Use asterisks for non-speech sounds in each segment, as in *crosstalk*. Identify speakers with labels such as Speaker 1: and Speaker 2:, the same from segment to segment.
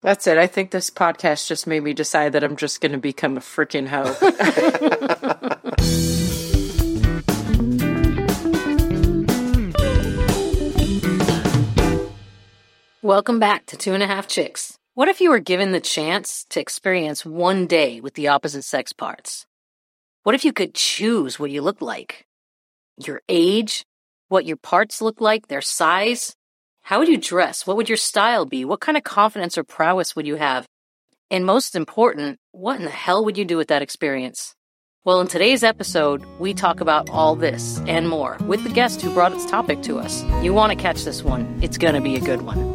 Speaker 1: That's it. I think this podcast just made me decide that I'm just going to become a
Speaker 2: *laughs*
Speaker 1: freaking hoe. Welcome back to Two and a Half Chicks. What if you were given the chance to experience one day with the opposite sex parts? What if you could choose what you look like? Your age? What your parts look like? Their size? How would you dress? What would your style be? What kind of confidence or prowess would you have? And most important, what in the hell would you do with that experience? Well, in today's episode, we talk about all this and more with the guest who brought its topic to us. You want to catch this one, it's going to be a good one.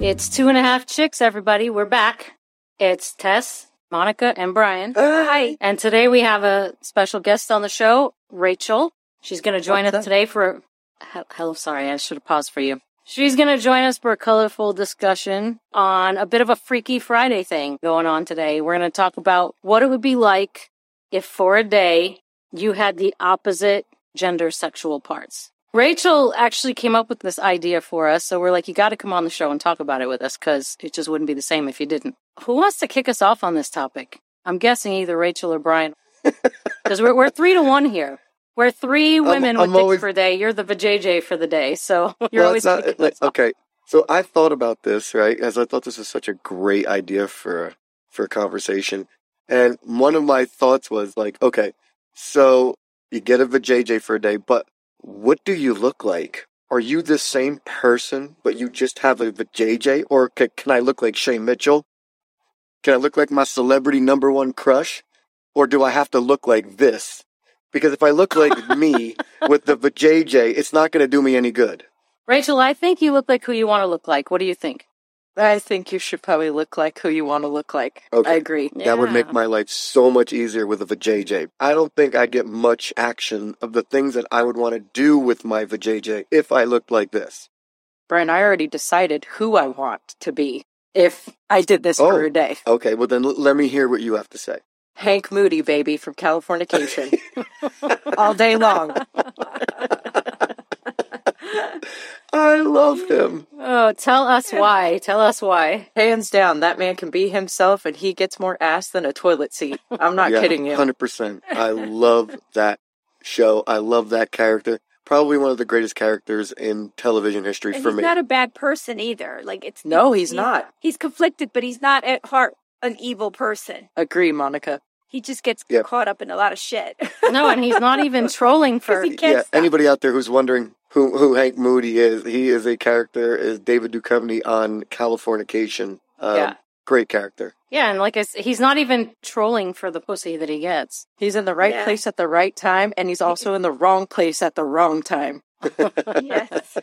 Speaker 1: It's two and a half chicks, everybody. We're back. It's Tess, Monica, and Brian.
Speaker 3: hi.
Speaker 1: And today we have a special guest on the show, Rachel. She's going to join us today for. he- Hello, sorry, I should have paused for you. She's going to join us for a colorful discussion on a bit of a Freaky Friday thing going on today. We're going to talk about what it would be like if for a day you had the opposite gender sexual parts. Rachel actually came up with this idea for us. So we're like, you got to come on the show and talk about it with us because it just wouldn't be the same if you didn't. Who wants to kick us off on this topic? I'm guessing either Rachel or
Speaker 3: *laughs*
Speaker 1: Brian. Because we're, we're three to one here. We're three women with
Speaker 3: I'm
Speaker 1: dicks
Speaker 3: always-
Speaker 1: for a day. You're the vajayjay for the day. So *laughs*
Speaker 3: *laughs*
Speaker 1: you're
Speaker 3: Well,
Speaker 1: always
Speaker 3: it's not-
Speaker 1: kicking
Speaker 3: like,
Speaker 1: us off.
Speaker 3: okay. So I thought about this, right? As I thought this was such a great idea for for a conversation, and one of my thoughts was like, okay, so you get a vajayjay for a day, but what do you look like? Are you the same person, but you just have a vajayjay, or can, can I look like Shay Mitchell? Can I look like my celebrity number one crush, or do I have to look like this? Because if I look
Speaker 1: *laughs*
Speaker 3: like me with the vajayjay, it's not going to do me any good.
Speaker 1: Rachel, I think you look like who you want to look like. What do you think?
Speaker 2: I think you should probably look like who you want to look like.
Speaker 3: Okay.
Speaker 2: I agree.
Speaker 3: That would make
Speaker 1: Yeah.
Speaker 3: my life so much easier with a vajayjay. I don't think I'd get much action of the things that I would want to do with my vajayjay if I looked like this.
Speaker 2: Brian, I already decided who I want to be if I did this
Speaker 3: Oh.
Speaker 2: for a day.
Speaker 3: Okay, well then l- let me hear what you have to say.
Speaker 2: Hank Moody, baby, from
Speaker 3: *laughs*
Speaker 2: Californication. All day long.
Speaker 3: I love him.
Speaker 1: Oh, tell us why. Tell us why.
Speaker 2: Hands down, that man can be himself and he gets more ass than a toilet seat. I'm not kidding you.
Speaker 3: 100%. I love that show. I love that character. Probably one of the greatest characters in television history
Speaker 4: And
Speaker 3: for
Speaker 4: he's
Speaker 3: me.
Speaker 4: not a bad person either. Like it's
Speaker 2: No, he's not.
Speaker 4: He's conflicted, but he's not at heart an evil person.
Speaker 2: Agree, Monica.
Speaker 4: He just gets
Speaker 3: Yeah.
Speaker 4: caught up in a lot of
Speaker 1: *laughs*
Speaker 4: shit. *laughs*
Speaker 1: No, and he's not even
Speaker 2: *laughs*
Speaker 1: trolling for.
Speaker 4: he can't
Speaker 3: yeah,
Speaker 4: stop.
Speaker 3: anybody out there who's wondering who, who Hank Moody is, he is a character, is David Duchovny on Californication. Um,
Speaker 2: Yeah.
Speaker 3: Great character.
Speaker 1: Yeah, and like I said, he's not even trolling for the pussy that he gets.
Speaker 2: He's in the right
Speaker 4: Yeah.
Speaker 2: place at the right time and he's also in the wrong place at the wrong time.
Speaker 4: yes.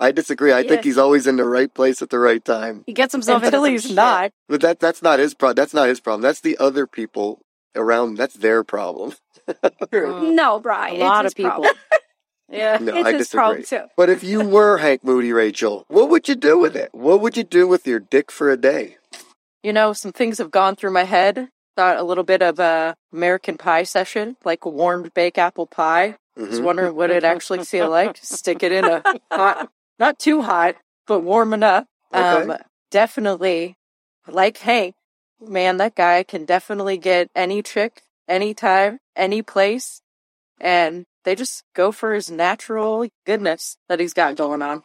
Speaker 3: I disagree. I think
Speaker 4: Yes.
Speaker 3: he's always in the right place at the right time.
Speaker 1: He gets himself
Speaker 2: Until
Speaker 1: into
Speaker 2: he's not.
Speaker 3: But that that's not his problem. That's not his problem. That's the other people around. That's
Speaker 2: *laughs*
Speaker 3: their problem.
Speaker 2: Mm.
Speaker 4: No, Brian.
Speaker 1: Mm. a lot of
Speaker 4: it's his
Speaker 1: people. *laughs*
Speaker 4: problem.
Speaker 1: yeah.
Speaker 3: No,
Speaker 4: It's
Speaker 3: I
Speaker 4: his
Speaker 3: disagree.
Speaker 4: problem, too.
Speaker 3: But
Speaker 2: *laughs*
Speaker 3: if you were Hank Moody, Rachel, what would you do with it? What would you do with your dick for a day?
Speaker 2: you know, some things have gone through my head. Thought a little bit of a American pie session, like a warmed baked apple pie. Was
Speaker 3: Mhm.
Speaker 2: wondering what it actually feel like. Stick it in
Speaker 3: *laughs*
Speaker 2: a hot, not too hot, but warm enough. Um, definitely, like Hank, man, that guy can definitely get any chick, anytime, any place, and they just go for his natural goodness that he's got going on.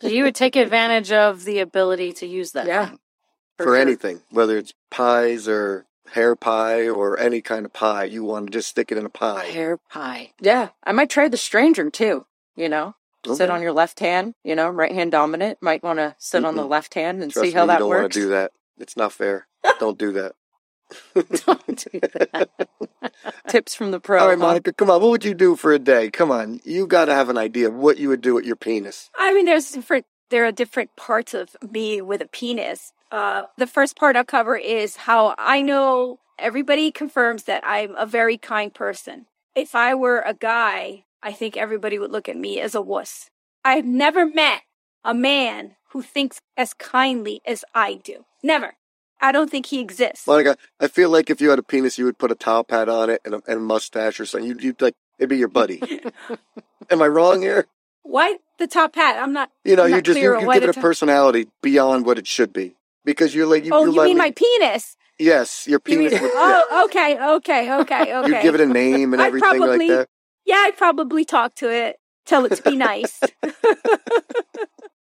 Speaker 1: So you would take advantage of the ability to use that.
Speaker 2: Yeah.
Speaker 3: for
Speaker 2: sure.
Speaker 3: anything, whether it's pies or hair pie or any kind of pie, you want to just stick it in a pie.
Speaker 1: Hair pie.
Speaker 2: Yeah, I might try the stranger too. You know, sit
Speaker 3: Okay.
Speaker 2: on your left hand. You know, right hand dominant. Might want to sit on the
Speaker 3: Mm-mm.
Speaker 2: left hand and
Speaker 3: Trust
Speaker 2: see how
Speaker 3: me,
Speaker 2: that
Speaker 3: you don't want
Speaker 2: works. *laughs*
Speaker 3: to do that. It's not fair. don't do that.
Speaker 1: Don't do that.
Speaker 2: Tips from the pro.
Speaker 3: All right,
Speaker 2: huh?
Speaker 3: Monica, come on. What would you do for a day? Come on. You got to have an idea of what you would do with your penis.
Speaker 4: I mean, there's different. There are different parts of me with a penis. Uh, the first part I'll cover is how I know everybody confirms that I'm a very kind person. If I were a guy, I think everybody would look at me as a wuss. I've never met a man who thinks as kindly as I do. Never. I don't think he exists.
Speaker 3: Monica, I feel like if you had a penis, you would put a top hat on it and
Speaker 4: *laughs*
Speaker 3: a, and a mustache or something. You'd, you'd like, it'd be your buddy. Am I wrong here?
Speaker 4: Why? the top hat. I'm not.
Speaker 3: You know,
Speaker 4: I'm
Speaker 3: you
Speaker 4: not
Speaker 3: just
Speaker 4: clear
Speaker 3: you,
Speaker 4: on
Speaker 3: you
Speaker 4: what
Speaker 3: give it
Speaker 4: it's
Speaker 3: a
Speaker 4: a-
Speaker 3: personality beyond what it should be because you're like you,
Speaker 4: Oh,
Speaker 3: you're
Speaker 4: you mean
Speaker 3: letting-
Speaker 4: my penis?
Speaker 3: yes, your
Speaker 4: You mean,
Speaker 3: penis. would- yeah.
Speaker 4: *laughs* oh, okay, okay, okay,
Speaker 3: *laughs*
Speaker 4: okay.
Speaker 3: You give it a name and
Speaker 4: I
Speaker 3: everything like
Speaker 4: probably-
Speaker 3: that.
Speaker 4: yeah, I'd probably talk to it, tell it to be nice.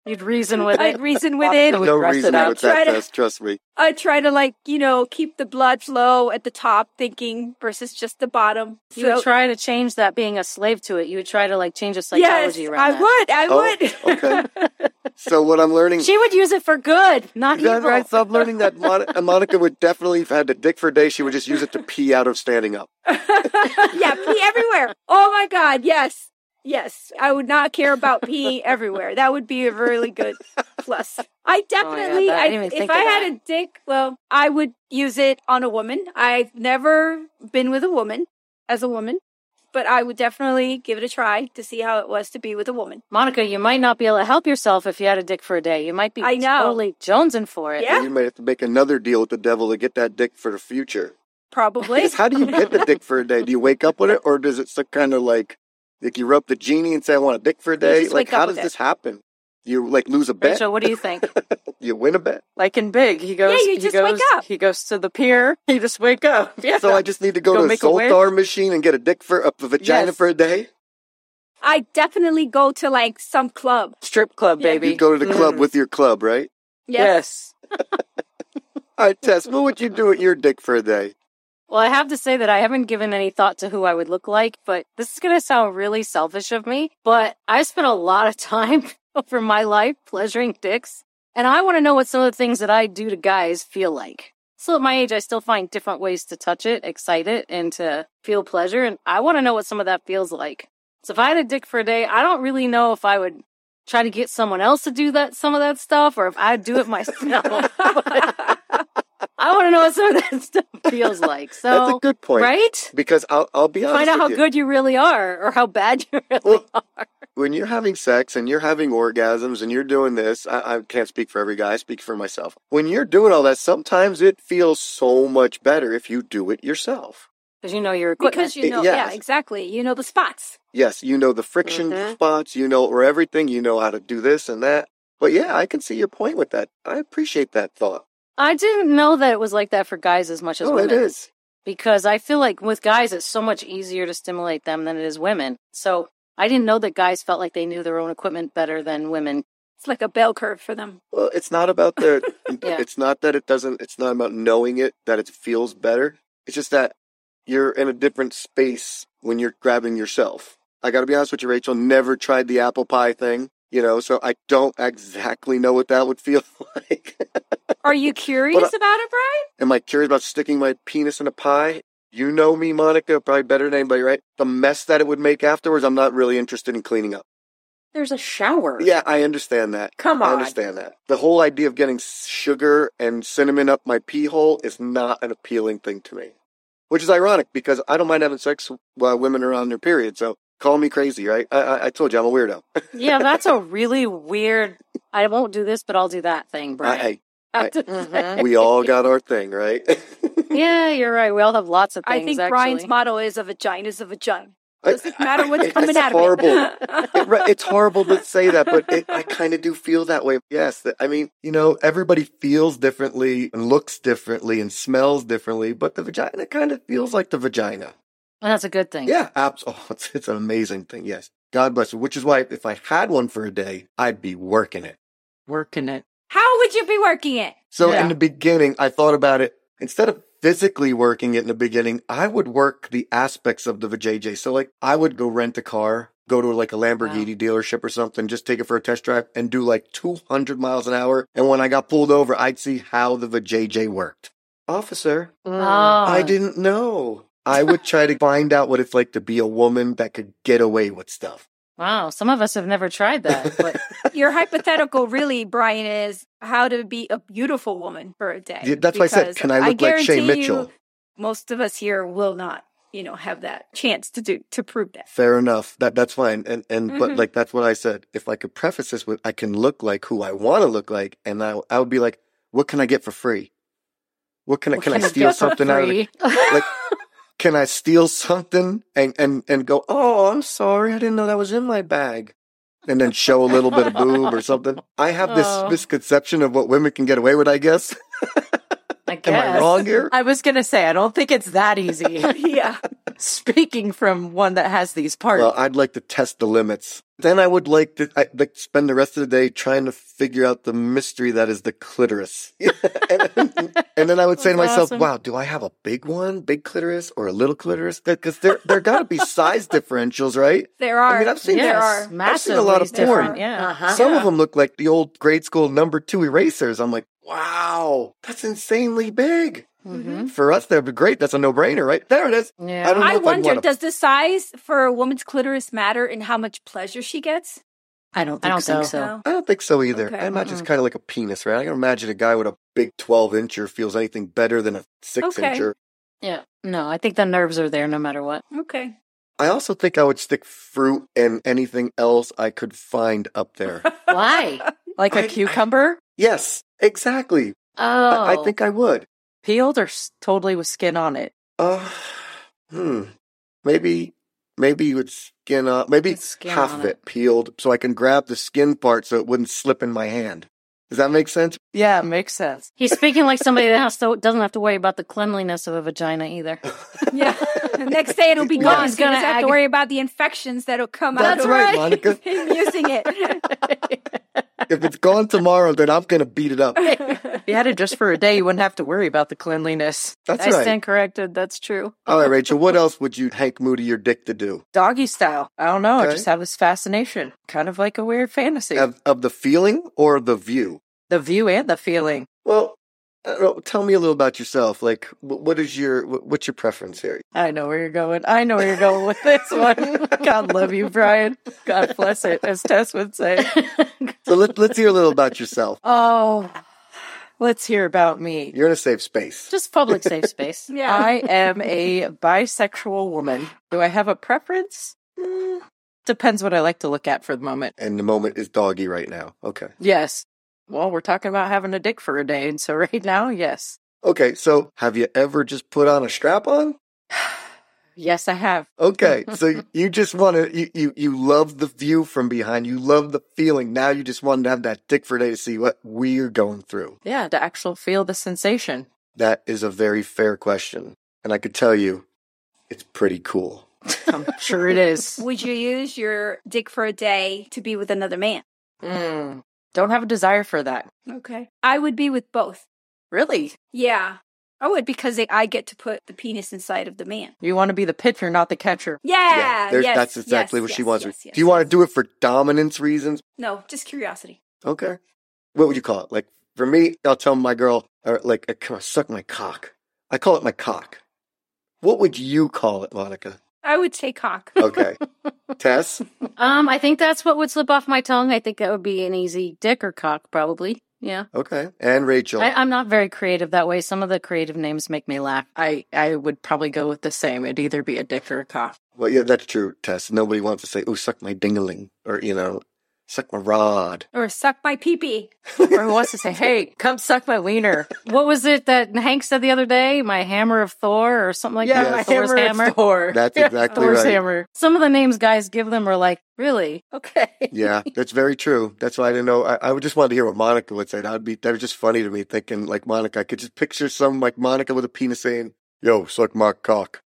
Speaker 1: You'd reason with it.
Speaker 3: *laughs*
Speaker 4: I'd reason with it.
Speaker 2: Would
Speaker 3: No
Speaker 2: dress
Speaker 3: reason
Speaker 2: it up.
Speaker 3: with that
Speaker 4: Try to-
Speaker 3: test. Trust
Speaker 4: *laughs*
Speaker 3: me.
Speaker 4: I'd try to like you know keep the blood flow at the top, thinking versus just the bottom.
Speaker 1: You would try to change that being a slave to it. You would try to like change a
Speaker 4: yes,
Speaker 1: psychology around
Speaker 4: I
Speaker 1: that.
Speaker 4: would, I would.
Speaker 3: Oh, okay. So what I'm
Speaker 4: *laughs*
Speaker 3: learning
Speaker 1: She would use it for good, not
Speaker 3: Yeah,
Speaker 1: evil.
Speaker 3: right. So I'm learning that Mon- uh, Monica would definitely, if I had a dick for a day, she would just use it to pee out of standing up.
Speaker 4: yeah, pee everywhere. Oh my God, yes. Yes, I would not care about
Speaker 1: *laughs*
Speaker 4: pee everywhere. That would be a really good plus. I definitely,
Speaker 1: Oh that- I
Speaker 4: I,
Speaker 1: didn't even
Speaker 4: if
Speaker 1: think
Speaker 4: I
Speaker 1: of
Speaker 4: had a dick, well, I would use it on a woman. I've never been with a woman as a woman, but I would definitely give it a try to see how it was to be with a woman.
Speaker 1: Monica, you might not be able to help yourself if you had a dick for a day. You might be
Speaker 4: I know.
Speaker 1: totally jonesing for it.
Speaker 4: Yeah,
Speaker 3: You might have to make another deal with the devil to get that dick for the future.
Speaker 4: probably.
Speaker 3: How do you get the dick for a day? Do you wake up with it, or does it some kind of like, like you rub the genie and say, "I want a dick for a day"?
Speaker 4: just
Speaker 3: Like,
Speaker 4: wake up
Speaker 3: how
Speaker 4: with
Speaker 3: does
Speaker 4: it.
Speaker 3: this happen? You like lose a bet?
Speaker 1: Rachel, what do you
Speaker 4: *laughs*
Speaker 1: think?
Speaker 3: You win a bet?
Speaker 2: Like in Big, he goes.
Speaker 4: you
Speaker 2: he
Speaker 4: just
Speaker 2: goes,
Speaker 4: wake up.
Speaker 2: He goes to the pier. He just wake up. *laughs* Yeah.
Speaker 3: So I just need to go,
Speaker 2: Go
Speaker 3: to a
Speaker 2: make a wish?
Speaker 3: Zoltar machine and get a dick for a vagina
Speaker 2: Yes.
Speaker 3: for a day.
Speaker 4: I definitely go to like some club.
Speaker 2: strip club,
Speaker 4: Yeah.
Speaker 2: baby.
Speaker 3: You go to the club with your club, right?
Speaker 4: Yes.
Speaker 3: All right, Tess. What would you do with your dick for a day?
Speaker 1: Well, I have to say that I haven't given any thought to who I would look like, but this is going to sound really selfish of me, but I spent a lot of *laughs* time over my life pleasuring dicks, and I want to know what some of the things that I do to guys feel like. So at my age, I still find different ways to touch it, excite it, and to feel pleasure, and I want to know what some of that feels like. So if I had a dick for a day, I don't really know if I would try to get someone else to do that some of that stuff or if I do it myself. *laughs*
Speaker 3: *laughs*
Speaker 1: I want to know what some of that stuff feels like. So
Speaker 3: That's a good point,
Speaker 1: Right?
Speaker 3: Because I'll I'll be honest.
Speaker 1: Find out
Speaker 3: with
Speaker 1: how
Speaker 3: you.
Speaker 1: good you really are or how bad you really
Speaker 3: Well,
Speaker 1: are.
Speaker 3: when you're having sex and you're having orgasms and you're doing this, I, I can't speak for every guy, I speak for myself. When you're doing all that, sometimes it feels so much better if you do it yourself.
Speaker 1: Because you know your equipment.
Speaker 4: Because you know,
Speaker 3: Yes.
Speaker 4: yeah, exactly. You know the spots.
Speaker 3: Yes, you know the friction
Speaker 2: Mhm.
Speaker 3: spots, you know, or everything, you know how to do this and that. But yeah, I can see your point with that. I appreciate that thought.
Speaker 1: I didn't know that it was like that for guys as much as
Speaker 3: Oh,
Speaker 1: women.
Speaker 3: it is.
Speaker 1: Because I feel like with guys, it's so much easier to stimulate them than it is women. So I didn't know that guys felt like they knew their own equipment better than women.
Speaker 4: It's like a bell curve for them.
Speaker 3: Well, it's not about the.
Speaker 1: Yeah.
Speaker 3: It's not that it doesn't. It's not about knowing it that it feels better. It's just that you're in a different space when you're grabbing yourself. I got to be honest with you, Rachel. Never tried the apple pie thing, you know, so I don't exactly know what that would *laughs* feel like.
Speaker 4: Are you curious
Speaker 3: But,
Speaker 4: about it, Brian?
Speaker 3: Am I curious about sticking my penis in a pie? You know me, Monica, probably better than anybody, right? The mess that it would make afterwards, I'm not really interested in cleaning up.
Speaker 2: There's a shower.
Speaker 3: Yeah, I understand that.
Speaker 2: Come
Speaker 3: I
Speaker 2: on.
Speaker 3: understand that. The whole idea of getting sugar and cinnamon up my pee hole is not an appealing thing to me. Which is ironic because I don't mind having sex while women are on their period. So call me crazy, right? I, I, I told you I'm a weirdo. *laughs*
Speaker 1: Yeah, that's a really weird. I won't do this, but I'll do that thing, Brian.
Speaker 4: *laughs*
Speaker 3: I,
Speaker 1: I have to
Speaker 4: Mm.
Speaker 2: Mhm.
Speaker 4: Mm-hmm.
Speaker 3: I- we all got our thing, right? *laughs*
Speaker 1: say. *laughs* yeah, you're right. We all have lots of things.
Speaker 4: I think
Speaker 1: actually.
Speaker 4: Brian's motto is a vagina's a vagina.
Speaker 3: *laughs* I-
Speaker 4: Doesn't matter what's
Speaker 3: It-
Speaker 4: coming
Speaker 3: it's
Speaker 4: out
Speaker 3: horrible.
Speaker 4: of it.
Speaker 3: It- right, it's horrible to say that, but it, I kind of do feel that way. Yes, that- I mean, you know, everybody feels differently and looks differently and smells differently, but the vagina kind of feels like the vagina.
Speaker 1: And that's a good thing.
Speaker 3: Yeah, abs- *laughs* oh, it's, it's an amazing thing. Yes. God bless you. Which is why if I had one for a day, I'd be working it.
Speaker 2: Working it.
Speaker 4: *laughs* How would you be working it?
Speaker 3: So
Speaker 2: Yeah.
Speaker 3: in the beginning, I thought about it. Instead of physically working it in the beginning, I would work the aspects of the vajayjay. So like I would go rent a car, go to like a Lamborghini dealership or something, just take it for a test drive and do like 200 miles an hour. And when I got pulled over, I'd see how the vajayjay worked. Officer,
Speaker 4: Mm.
Speaker 1: Oh,
Speaker 3: I didn't know. I would try to find out what it's like to be a woman that could get away with
Speaker 4: *laughs*
Speaker 3: stuff.
Speaker 1: Wow, some of us have never tried
Speaker 3: *laughs*
Speaker 1: that, but
Speaker 4: Your hypothetical, really, Brian, is how to be a beautiful woman for a day.
Speaker 3: Yeah, That's why I said,
Speaker 4: Because
Speaker 3: can I look like Shay
Speaker 4: guarantee you
Speaker 3: Mitchell?
Speaker 4: Most of us here will not, you know, have that chance to do to prove
Speaker 3: *laughs*
Speaker 4: that.
Speaker 3: Fair enough. That that's fine. And and but
Speaker 4: Mhm.
Speaker 3: like that's what I said. If I could preface this with I can look like who I want to look like, and I I would be like, what can I get for free? What can I can, I steal something out of the, *laughs*
Speaker 1: free.
Speaker 3: like? Can I steal something and and and go? Oh, I'm sorry, I didn't know that was in my bag. and then show a little bit of boob or something. I have this
Speaker 1: Oh.
Speaker 3: misconception of what women can get away with, I guess. *laughs*
Speaker 1: I guess.
Speaker 3: Am I wrong here?
Speaker 2: I was gonna say I don't think it's that easy.
Speaker 4: *laughs* yeah.
Speaker 2: Speaking from one that has these parts,
Speaker 3: Well, I'd like to test the limits. Then I would like to I'd like to spend the rest of the day trying to figure out the mystery that is the clitoris. *laughs* and, then- and then I
Speaker 1: *laughs*
Speaker 3: would say to
Speaker 1: That's
Speaker 3: myself,
Speaker 1: awesome.
Speaker 3: "Wow, do I have a big one, big clitoris, or a little clitoris?" Because there there got to be size differentials, right?
Speaker 4: There are.
Speaker 3: I mean, I've seen
Speaker 4: there
Speaker 3: this.
Speaker 4: are.
Speaker 3: I've seen a lot of
Speaker 1: massively
Speaker 3: porn.
Speaker 1: different, Uh-huh. Yeah.
Speaker 4: Uh-huh.
Speaker 3: Some of them look like the old grade school number two erasers. I'm like, wow, that's insanely big.
Speaker 1: hmm
Speaker 3: For us, that'd be great. That's a no brainer, right? There it is.
Speaker 1: Yeah.
Speaker 3: Mm-hmm. I don't know
Speaker 4: Mm-hmm. I
Speaker 3: if I'd
Speaker 4: wonder,
Speaker 3: wanna-
Speaker 4: does the size for a woman's clitoris matter in how much pleasure she gets?
Speaker 2: I don't
Speaker 1: I
Speaker 2: think
Speaker 1: don't
Speaker 2: so.
Speaker 1: think so.
Speaker 4: No.
Speaker 3: I don't think so either.
Speaker 4: Okay.
Speaker 3: I imagine
Speaker 1: uh-huh.
Speaker 3: it's kind of like a penis, right? I can imagine a guy with a big 12 incher feels anything better than a 6
Speaker 4: Okay.
Speaker 3: incher.
Speaker 1: Yeah. No, I think the nerves are there no matter what.
Speaker 4: Okay.
Speaker 3: I also think I would stick fruit and anything else I could find up
Speaker 1: *laughs*
Speaker 3: there.
Speaker 1: Why?
Speaker 2: Like
Speaker 3: I-
Speaker 2: a
Speaker 3: I-
Speaker 2: cucumber,
Speaker 3: yes, exactly.
Speaker 1: Oh.
Speaker 3: I, I think I would.
Speaker 2: peeled or s- totally with skin on it.
Speaker 3: Uh, hmm. Maybe, maybe you would skin off, maybe
Speaker 1: Put skin
Speaker 3: half
Speaker 1: on
Speaker 3: of it, peeled so I can grab the skin part so it wouldn't slip in my hand. Does that make sense?
Speaker 2: Yeah, makes sense.
Speaker 1: He's speaking like somebody that has to, doesn't have to worry about the cleanliness of a vagina
Speaker 3: *laughs*
Speaker 1: either.
Speaker 4: Yeah. The next day it'll be
Speaker 3: Yeah.
Speaker 4: gone.
Speaker 1: He's
Speaker 4: She doesn't
Speaker 1: gonna
Speaker 4: have
Speaker 1: ag-
Speaker 4: to worry about the infections that'll come
Speaker 3: That's
Speaker 4: out.
Speaker 3: right, Monica.
Speaker 4: Him using
Speaker 3: *laughs*
Speaker 4: it.
Speaker 3: If it's gone tomorrow, then I'm going to beat it up.
Speaker 2: If you had it just for a day, you wouldn't have to worry about the cleanliness.
Speaker 3: That's
Speaker 1: I
Speaker 3: right.
Speaker 1: stand corrected. That's true.
Speaker 3: All right, Rachel, what else would you Hank Moody your dick to do?
Speaker 2: Doggy style. I don't know.
Speaker 3: Okay.
Speaker 2: I just have this fascination, kind of like a weird fantasy.
Speaker 3: Of, of the feeling or the view?
Speaker 2: the view and the feeling.
Speaker 3: Well, I don't know, tell me a little about yourself. Like, wh- what is your, wh- what's your preference here?
Speaker 2: I know where you're going. I know where you're going with this one. God love you, Brian. God bless it, as Tess would say.
Speaker 3: So let, let's hear a little about *laughs* yourself.
Speaker 2: Oh, let's hear about me.
Speaker 3: You're in a safe space.
Speaker 1: Just public safe space.
Speaker 4: yeah.
Speaker 2: I am a bisexual woman. Do I have a preference? Mm, Depends what I like to look at for the moment.
Speaker 3: And the moment is doggy right now. Okay.
Speaker 2: Yes. Well, we're talking about having a dick for a day. And so right now, yes.
Speaker 3: Okay, so have you ever just put on a strap on?
Speaker 2: Yes, I have.
Speaker 4: *laughs*
Speaker 3: Okay, so you just want to you, you you love the view from behind, you love the feeling. Now you just want to have that dick for a day to see what we're going through.
Speaker 2: Yeah, to actually feel the sensation.
Speaker 3: That is a very fair question, and I could tell you, it's pretty cool.
Speaker 2: I'm sure it
Speaker 4: *laughs*
Speaker 3: Uh,
Speaker 2: is.
Speaker 4: Would you use your dick for a day to be with another man?
Speaker 2: Mm, don't have a desire for that.
Speaker 4: Okay. I would be with both.
Speaker 2: Really?
Speaker 4: Yeah. I would because I get to put the penis inside of the man.
Speaker 2: You want to be the pitcher, not the catcher.
Speaker 4: Yeah.
Speaker 3: there's-
Speaker 4: yes,
Speaker 3: that's exactly
Speaker 4: yes,
Speaker 3: what she
Speaker 4: yes,
Speaker 3: wants.
Speaker 4: yes, yes,
Speaker 3: do you want to do it for dominance reasons?
Speaker 4: No, just curiosity.
Speaker 3: Okay, what would you call it? Like for me, I'll tell my girl, or like, uh, come on, suck my cock. I call it my cock. What would you call it, Monica?
Speaker 4: I would say cock. *laughs*
Speaker 3: Okay, Tess.
Speaker 1: Um, I think that's what would slip off my tongue. I think that would be an easy dick or cock, probably. Yeah.
Speaker 3: Okay, and Rachel.
Speaker 1: I, I'm not very creative that way. Some of the creative names make me laugh.
Speaker 2: I, I would probably go with the same. It'd either be a dick or a cock.
Speaker 3: Well, yeah, that's true, Tess. Nobody wants to say, "Oh, suck my dingaling," or you know, "suck my rod."
Speaker 4: Or suck my pee pee.
Speaker 2: or who wants to say, hey, come suck my
Speaker 3: *laughs*
Speaker 2: wiener.
Speaker 1: What was it that Hank said the other day? My hammer of Thor or something like that?
Speaker 3: Yes.
Speaker 1: Thor's hammer.
Speaker 2: Thor.
Speaker 3: That's
Speaker 2: Yeah,
Speaker 3: exactly
Speaker 2: Thor's
Speaker 3: right.
Speaker 2: hammer.
Speaker 1: Some of the names guys give them are like, really?
Speaker 2: Okay.
Speaker 3: Yeah, that's very true. That's why I didn't know. I, I would just wanted to hear what Monica would say. That would be that was just funny to me, thinking like Monica. I could just picture some like Monica with a penis saying, "Yo, suck my cock."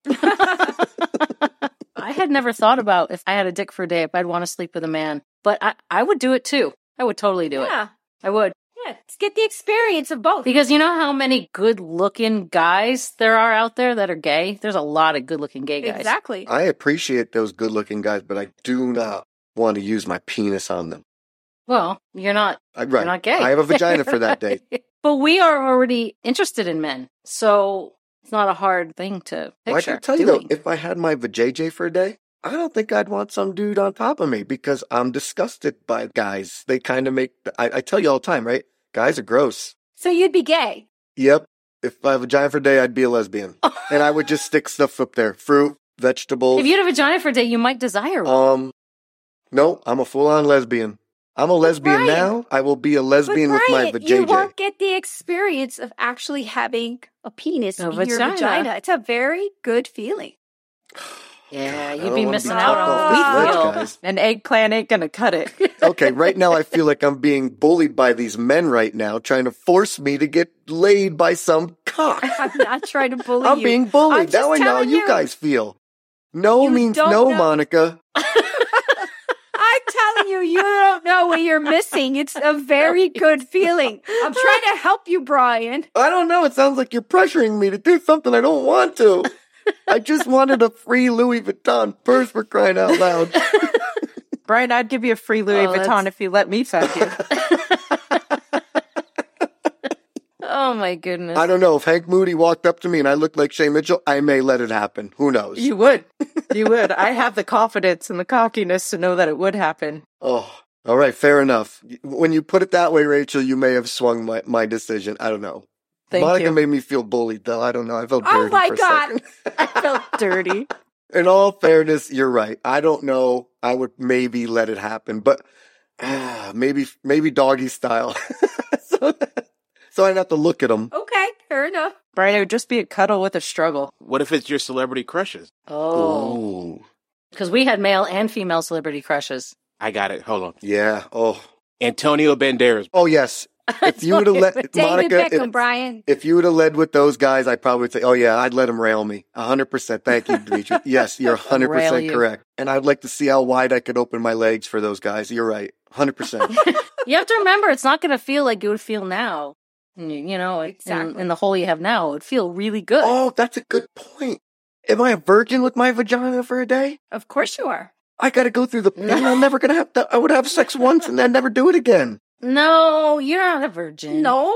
Speaker 1: I had never thought about if I had a dick for a day, if I'd want to sleep with a man, but I, I would do it too. I would totally do it.
Speaker 4: Yeah.
Speaker 1: I would.
Speaker 4: Yeah. Let's get the experience of both.
Speaker 1: Because you know how many good looking guys there are out there that are gay? There's a lot of good looking gay guys.
Speaker 4: Exactly.
Speaker 3: I appreciate those good-looking guys, but I do not want to use my penis on them.
Speaker 1: Well, you're not
Speaker 3: I, right?
Speaker 1: You're not gay. *laughs*
Speaker 3: I have a vagina for that day.
Speaker 1: But we are already interested in men, so it's not a hard thing to picture.
Speaker 3: Well, I can tell you
Speaker 1: doing.
Speaker 3: though, if I had my vajayjay for a day, I don't think I'd want some dude on top of me because I'm disgusted by guys. They kind of make. I, I tell you all the time, right? Guys are gross.
Speaker 4: So you'd be gay.
Speaker 3: Yep. If I have a vagina for a day, I'd be a lesbian, and I would
Speaker 1: *laughs*
Speaker 3: just stick stuff up there: fruit, vegetables.
Speaker 1: if you had a vagina for a day, you might desire one.
Speaker 3: um, no, I'm a full-on lesbian. I'm a lesbian
Speaker 4: Brian-
Speaker 3: now. I will be a lesbian
Speaker 4: but
Speaker 3: with my
Speaker 4: Brian, you
Speaker 3: vajayjay.
Speaker 4: won't get the experience of actually having a penis
Speaker 1: A
Speaker 4: in your
Speaker 1: vagina.
Speaker 4: vagina. It's a very good feeling.
Speaker 1: Yeah,
Speaker 3: Oh, I
Speaker 1: you'd
Speaker 3: don't
Speaker 1: be
Speaker 3: wanna
Speaker 1: missing
Speaker 3: cut
Speaker 1: out Oh,
Speaker 3: off this ledge,
Speaker 1: on we feel.
Speaker 3: guys.
Speaker 2: An eggplant ain't gonna cut *laughs* it.
Speaker 3: Okay, right now I feel like I'm being bullied by these men right now, trying to force me to get laid by some cock.
Speaker 4: I'm
Speaker 3: *laughs*
Speaker 4: not trying to bully
Speaker 3: I'm
Speaker 4: you.
Speaker 3: being bullied.
Speaker 4: I'm just
Speaker 3: now I know how
Speaker 4: telling
Speaker 3: you
Speaker 4: you.
Speaker 3: guys feel. No
Speaker 4: You
Speaker 3: means
Speaker 4: don't
Speaker 3: no,
Speaker 4: know-
Speaker 3: Monica.
Speaker 4: I'm telling you, you don't know what you're missing. It's
Speaker 3: *laughs*
Speaker 4: a very good feeling. I'm trying to help you, Brian.
Speaker 3: I don't know. It sounds like you're pressuring me to do something I don't want to. I just wanted a free Louis Vuitton purse for crying out loud.
Speaker 2: Brian, I'd give you a free Louis
Speaker 1: Oh,
Speaker 2: Vuitton
Speaker 1: that's-
Speaker 2: if you let me fuck
Speaker 3: *laughs*
Speaker 2: you.
Speaker 1: Oh my goodness.
Speaker 3: I don't know. If Hank Moody walked up to me and I looked like Shay Mitchell, I may let it happen. Who knows?
Speaker 2: you would. *laughs* You would. I have the confidence and the cockiness to know that it would happen.
Speaker 3: Oh, all right. Fair enough. When you put it that way, Rachel, you may have swung my, my decision. I don't know.
Speaker 2: Thank
Speaker 3: Monica
Speaker 2: you.
Speaker 3: made me feel bullied, though. I don't know. I felt
Speaker 4: Oh
Speaker 3: dirty
Speaker 4: my
Speaker 3: for a
Speaker 4: God.
Speaker 3: second.
Speaker 2: I felt dirty.
Speaker 3: In all fairness, you're right. I don't know. I would maybe let it happen, but *sighs* ah, maybe maybe doggy style. *laughs* so, so I'd have to look at him.
Speaker 4: Okay, fair enough.
Speaker 2: Brian, it would just be a cuddle with a struggle.
Speaker 5: What if it's your celebrity crushes?
Speaker 1: oh, because we had male and female celebrity crushes.
Speaker 5: I got it. Hold on.
Speaker 3: Yeah. Oh.
Speaker 5: Antonio Banderas.
Speaker 3: Oh
Speaker 4: *laughs*
Speaker 3: yes. If you would have let
Speaker 4: David
Speaker 3: Monica,
Speaker 4: Beckham,
Speaker 3: if-
Speaker 4: Brian.
Speaker 3: If you would have led with those guys, I probably would say, "Oh yeah, I'd let them rail me." A hundred percent. Thank
Speaker 1: *laughs*
Speaker 3: you, Dimitri. yes, you're a hundred
Speaker 2: Rail
Speaker 3: percent
Speaker 2: you.
Speaker 3: correct. And I'd like to see how wide I could open my legs for those guys. You're right, A
Speaker 1: *laughs*
Speaker 3: hundred percent.
Speaker 1: You have to remember, it's not going to feel like it would feel now. And You you know, exactly. in,
Speaker 4: Exactly.
Speaker 1: in the hole you have now, it would feel really good.
Speaker 3: Oh, that's a good point. Am I a virgin with my vagina for a day?
Speaker 4: Of course you are.
Speaker 3: I got to
Speaker 1: *laughs*
Speaker 3: go through the pain. I'm never gonna have. To, I would have sex once and then never do it again.
Speaker 1: No, you're not a virgin.
Speaker 4: No.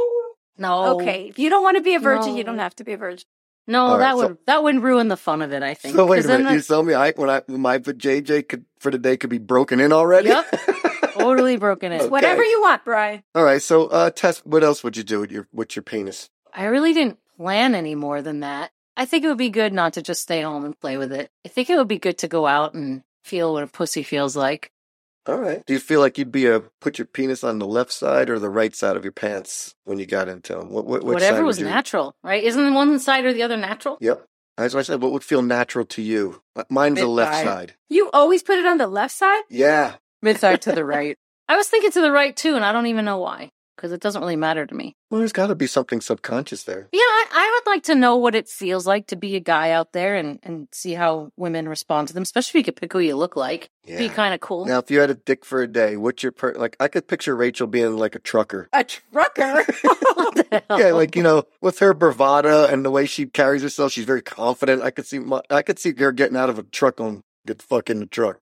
Speaker 1: no.
Speaker 4: Okay. If you don't want to be a virgin, you
Speaker 1: Oh. No.
Speaker 4: don't have to be a virgin.
Speaker 1: No,
Speaker 3: All right,
Speaker 1: that would
Speaker 3: so-
Speaker 1: that would ruin the fun of it. I think.
Speaker 3: So wait
Speaker 1: 'Cause
Speaker 3: a
Speaker 1: then
Speaker 3: minute. You tell me I when I my vajayjay could for the day could be broken in already.
Speaker 1: Yep. that- totally broken
Speaker 3: Okay.
Speaker 1: it.
Speaker 4: Whatever you want, Brian.
Speaker 3: *laughs* All right. So uh, Tess, what else would you do with your with your penis?
Speaker 1: I really didn't plan any more than that. I think it would be good not to just stay home and play with it. I think it would be good to go out and feel what a pussy feels like.
Speaker 3: All right. Do you feel like you'd be a put your penis on the left side or the right side of your pants when you got into them? What, what which side
Speaker 1: Whatever
Speaker 3: would
Speaker 1: was
Speaker 3: you-
Speaker 1: natural, right? Isn't one side or the other natural?
Speaker 3: Yep. As I said, what would feel natural to you? Mine's the left
Speaker 2: Mid-thigh.
Speaker 3: side.
Speaker 4: You always put it on the left side?
Speaker 3: Yeah.
Speaker 2: Mid thigh to the right.
Speaker 1: I was thinking to the right too, and I don't even know why, because it doesn't really matter to me.
Speaker 3: Well, there's got to be something subconscious there.
Speaker 1: Yeah, I, I would like to know what it feels like to be a guy out there and, and see how women respond to them, especially if you could pick who you look like.
Speaker 3: Yeah.
Speaker 1: Be kind of cool.
Speaker 3: Now, if you had a dick for a day, what's your per- like? I could picture Rachel being like
Speaker 1: *laughs*
Speaker 3: a trucker.
Speaker 2: *laughs* A trucker. *laughs*
Speaker 1: What the hell?
Speaker 3: Yeah, like you know, with her bravado and the way she carries herself, she's very confident. I could see, my, I could see her getting out of a truck on get the fuck in the truck.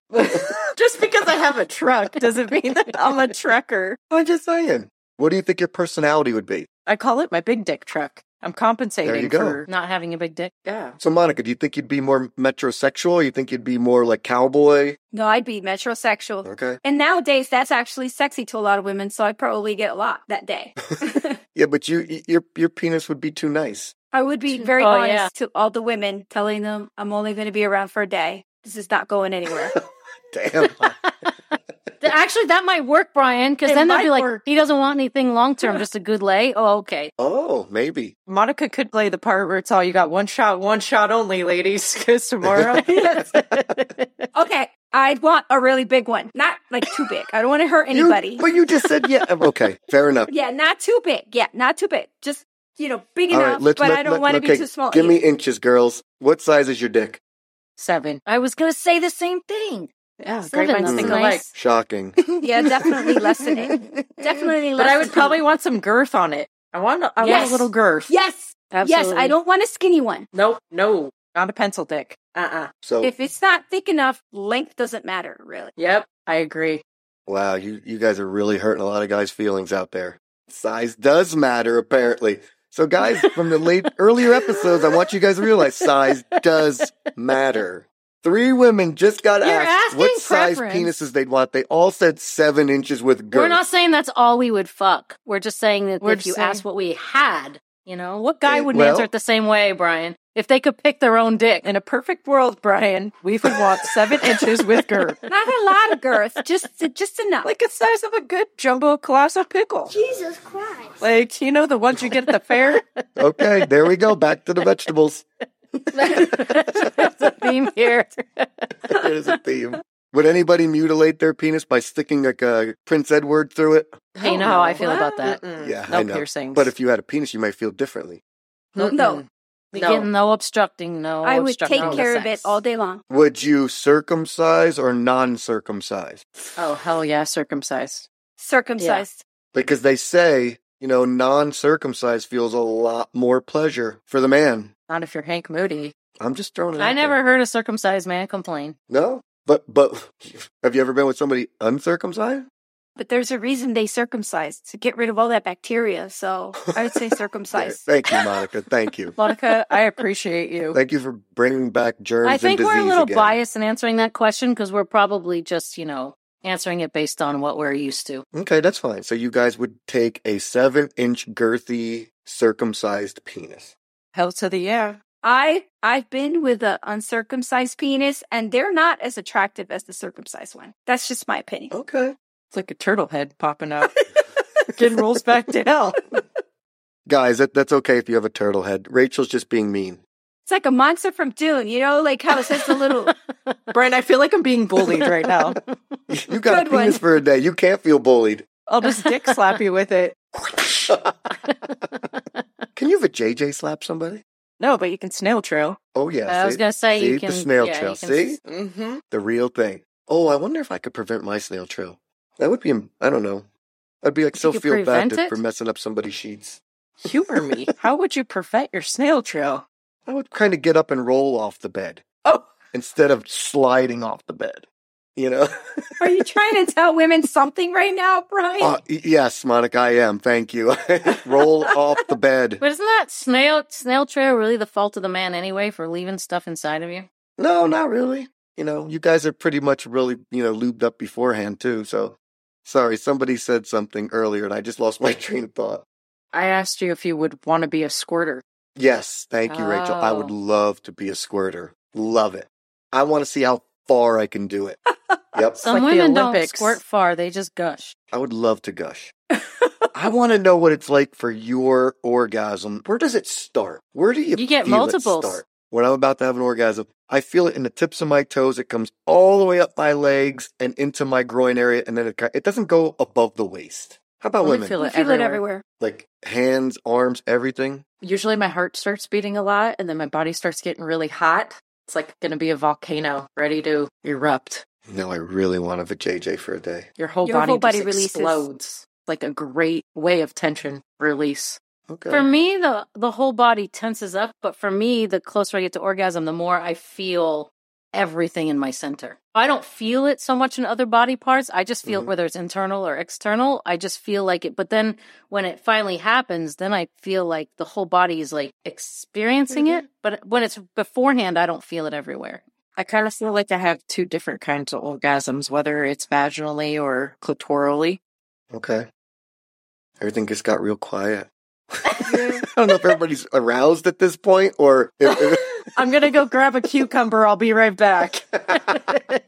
Speaker 2: just because I have a truck doesn't mean that I'm a trucker.
Speaker 3: I'm just saying. What do you think your personality would be?
Speaker 2: I call it my big dick truck. I'm compensating
Speaker 3: There you go.
Speaker 2: for
Speaker 1: not having a big dick.
Speaker 2: yeah.
Speaker 3: So, Monica, do you think you'd be more metrosexual? You think you'd be more like cowboy?
Speaker 4: No, I'd be metrosexual.
Speaker 3: Okay.
Speaker 4: And nowadays, that's actually sexy to a lot of women, so I'd probably get a lot that
Speaker 3: *laughs*
Speaker 4: day.
Speaker 3: Yeah, but you, y- your your penis would be too nice.
Speaker 4: I would be very
Speaker 1: Oh,
Speaker 4: honest
Speaker 1: yeah.
Speaker 4: to all the women, telling them I'm only going to be around for a day. This is not going anywhere.
Speaker 3: *laughs* Damn.
Speaker 1: Th- Actually, that might work, Brian, because
Speaker 2: It
Speaker 1: then they'll
Speaker 2: might
Speaker 1: be like,
Speaker 2: work.
Speaker 1: he doesn't want anything long *laughs* term, just a good lay. Oh, okay.
Speaker 3: oh, maybe.
Speaker 2: Monica could play the part where it's all you got one shot, one shot only, ladies. Because *laughs* tomorrow,
Speaker 4: okay, I'd want a really big one, not like too big. I don't want to hurt anybody.
Speaker 3: You, but you just said yeah. oh, Okay, fair enough.
Speaker 4: yeah, not too big. Yeah, not too big. Just *laughs* you know, big
Speaker 3: All
Speaker 4: enough,
Speaker 3: right, let's.
Speaker 4: but
Speaker 3: let-
Speaker 4: I don't
Speaker 3: let-
Speaker 4: want to
Speaker 3: okay,
Speaker 4: be too small.
Speaker 3: Give me
Speaker 4: either.
Speaker 3: inches, girls. What size is your dick?
Speaker 2: seven.
Speaker 1: I was going to say the same thing.
Speaker 2: Yeah,
Speaker 1: Seven,
Speaker 2: great minds
Speaker 1: that's
Speaker 2: think
Speaker 3: Mm-hmm.
Speaker 1: nice.
Speaker 2: alike.
Speaker 4: *laughs*
Speaker 3: Shocking.
Speaker 4: *laughs* yeah, definitely less
Speaker 3: *laughs*
Speaker 4: than eight. Definitely less.
Speaker 2: But I would
Speaker 4: than
Speaker 2: probably want some girth on it. I want. A, I want
Speaker 1: Yes.
Speaker 2: a little girth.
Speaker 4: eight. yes, yes.
Speaker 1: Absolutely.
Speaker 4: I don't want a skinny one.
Speaker 2: Nope. No. Not a pencil dick. Uh. uh
Speaker 3: So
Speaker 4: If it's not thick enough, length doesn't matter really.
Speaker 2: Yep. I agree.
Speaker 3: wow, you you guys are really hurting a lot of guys' feelings out there. Size does matter, apparently. So, guys, from the
Speaker 1: *laughs*
Speaker 3: late earlier episodes, I want you guys to realize size does matter. Three women just got
Speaker 1: You're
Speaker 3: asked
Speaker 1: asking
Speaker 3: what size
Speaker 1: preference.
Speaker 3: penises they'd want. They all said seven inches with girth.
Speaker 1: We're not *laughs* saying that's all we would fuck. We're just saying that
Speaker 2: We're
Speaker 1: if you
Speaker 2: saying-
Speaker 1: ask what we had, you know, what guy
Speaker 3: Eh,
Speaker 1: wouldn't
Speaker 3: well-
Speaker 1: answer it the same way, Brian? If they could pick their own dick. *laughs*
Speaker 2: In a perfect world, Brian, we would want seven inches with *laughs* girth,
Speaker 4: Not a lot of girth, just just enough.
Speaker 2: like the size of a good jumbo colossal pickle.
Speaker 6: Jesus Christ.
Speaker 2: *laughs* Like you know the ones you get at the fair.
Speaker 3: okay, there we go. Back to the vegetables. *laughs*
Speaker 1: It's a theme here.
Speaker 3: It is a theme. Would anybody mutilate their penis by sticking like a Prince Edward through it?
Speaker 1: you know how I feel about that.
Speaker 2: Mm-mm.
Speaker 3: Yeah,
Speaker 2: no
Speaker 3: I know.
Speaker 2: piercings.
Speaker 3: But if you had a penis, you might feel differently.
Speaker 2: Mm-mm.
Speaker 4: No.
Speaker 1: Again, no obstructing, no.
Speaker 4: I would
Speaker 1: obstructing
Speaker 4: take
Speaker 1: the
Speaker 4: care of it
Speaker 1: sex.
Speaker 4: all day long.
Speaker 3: Would you circumcise or non-circumcise?
Speaker 1: Oh,
Speaker 2: oh hell yeah, circumcised.
Speaker 4: Circumcised.
Speaker 3: Because they say, you know, non-circumcised feels a lot more pleasure for the man.
Speaker 2: Not if you're Hank Moody.
Speaker 3: I'm just throwing it.
Speaker 1: I
Speaker 3: out there.
Speaker 1: never heard a circumcised man complain.
Speaker 3: No, but but *laughs* have you ever been with somebody uncircumcised?
Speaker 4: But there's a reason they circumcised to get rid of all that bacteria. So I would
Speaker 3: *laughs*
Speaker 4: say circumcised.
Speaker 3: Thank you, Monica.
Speaker 1: *laughs*
Speaker 3: Thank you.
Speaker 2: Monica, I appreciate
Speaker 3: *laughs*
Speaker 2: you.
Speaker 3: Thank you for bringing back germs.
Speaker 1: I think
Speaker 3: and
Speaker 1: we're a
Speaker 3: disease
Speaker 1: little
Speaker 3: again.
Speaker 1: biased in answering that question because we're probably just, you know, answering it based on what we're used to.
Speaker 3: Okay, that's fine. So you guys would take a seven-inch girthy circumcised penis.
Speaker 2: hell to the yeah.
Speaker 4: I I've been with an uncircumcised penis, and they're not as attractive as the circumcised one. That's just my opinion.
Speaker 3: Okay,
Speaker 2: It's like a turtle head popping *laughs* up. Getting rolls back down.
Speaker 3: guys, that, that's okay if you have a turtle head. Rachel's just being mean.
Speaker 4: It's like a monster from Dune, you know, like how it says the little.
Speaker 2: *laughs*
Speaker 4: *laughs*
Speaker 2: Brian, I feel like I'm being bullied right now.
Speaker 3: You got
Speaker 4: Good
Speaker 3: a penis
Speaker 4: one.
Speaker 3: for a day. You can't
Speaker 1: *laughs*
Speaker 3: feel bullied.
Speaker 2: I'll just dick slap you with it.
Speaker 3: Can you have a JJ slap somebody?
Speaker 2: No, but you can snail trail.
Speaker 3: Oh yeah.
Speaker 1: I was
Speaker 3: see?
Speaker 1: gonna say you
Speaker 3: See?
Speaker 1: can
Speaker 3: the snail
Speaker 1: yeah,
Speaker 3: trail.
Speaker 1: you can-
Speaker 3: See
Speaker 2: Mm-hmm.
Speaker 3: the real thing. Oh, I wonder if I could prevent my snail trail. That would be. I don't know. I'd be like so
Speaker 1: could
Speaker 3: feel bad
Speaker 1: prevent
Speaker 3: to,
Speaker 1: it?
Speaker 3: for messing up somebody's sheets.
Speaker 2: Humor *laughs* me. How would you prevent your snail trail?
Speaker 3: I would kind of get up and roll off the bed
Speaker 2: Oh,
Speaker 3: instead of sliding off the bed. You know.
Speaker 4: Are you trying to tell women something right now, Brian?
Speaker 3: Uh, y- yes, Monica, I am. Thank you. *laughs* roll off the bed.
Speaker 1: But isn't that snail snail trail really the fault of the man anyway for leaving stuff inside of you?
Speaker 3: No, not really. You know, you guys are pretty much really, you know, lubed up beforehand too. So, sorry, somebody said something earlier and I just lost *laughs* my train of thought.
Speaker 2: I asked you if you would want to be a squirter.
Speaker 3: Yes, thank you, Rachel. I would
Speaker 1: Oh.
Speaker 3: love to be a squirter. Love it. I want to see how far I can do it. yep.
Speaker 1: Some
Speaker 2: like the
Speaker 1: women don't
Speaker 2: Olympics.
Speaker 1: squirt far; they just gush.
Speaker 3: I would love to gush.
Speaker 1: *laughs*
Speaker 3: I want to know what it's like for your orgasm. Where does it start? Where do you
Speaker 1: You get
Speaker 3: feel it
Speaker 1: multiples.
Speaker 3: start? When I'm about to have an orgasm, I feel it in the tips of my toes. It comes all the way up my legs and into my groin area, and then it ki- it doesn't go above the waist. How about
Speaker 1: Let me
Speaker 3: women?
Speaker 1: feel
Speaker 4: You
Speaker 1: it
Speaker 4: feel it
Speaker 1: everywhere.
Speaker 4: everywhere.
Speaker 3: Like hands, arms, everything.
Speaker 2: Usually my heart starts beating a lot and then my body starts getting really hot. It's like going to be a volcano ready to erupt.
Speaker 3: No, I really want to have a JJ for a day.
Speaker 2: Your whole
Speaker 4: Your
Speaker 2: body,
Speaker 4: whole body
Speaker 2: just
Speaker 4: releases.
Speaker 2: explodes. Like a great way of tension release.
Speaker 3: Okay.
Speaker 1: For me, the the whole body tenses up, but for me, the closer I get to orgasm, the more I feel everything in my center. I don't feel it so much in other body parts. I just feel
Speaker 3: Mhm.
Speaker 1: whether it's internal or external, I just feel like it. But then when it finally happens, then I feel like the whole body is like experiencing it.
Speaker 3: Mm-hmm.
Speaker 1: But when it's beforehand, I don't feel it everywhere.
Speaker 2: I kind of feel like I have two different kinds of orgasms, whether it's vaginally or clitorally.
Speaker 3: okay. Everything just got
Speaker 1: *laughs*
Speaker 3: real quiet. *laughs* I don't know if everybody's aroused at this point or. If,
Speaker 2: I'm going to go grab a cucumber. I'll be right *laughs* back.
Speaker 3: I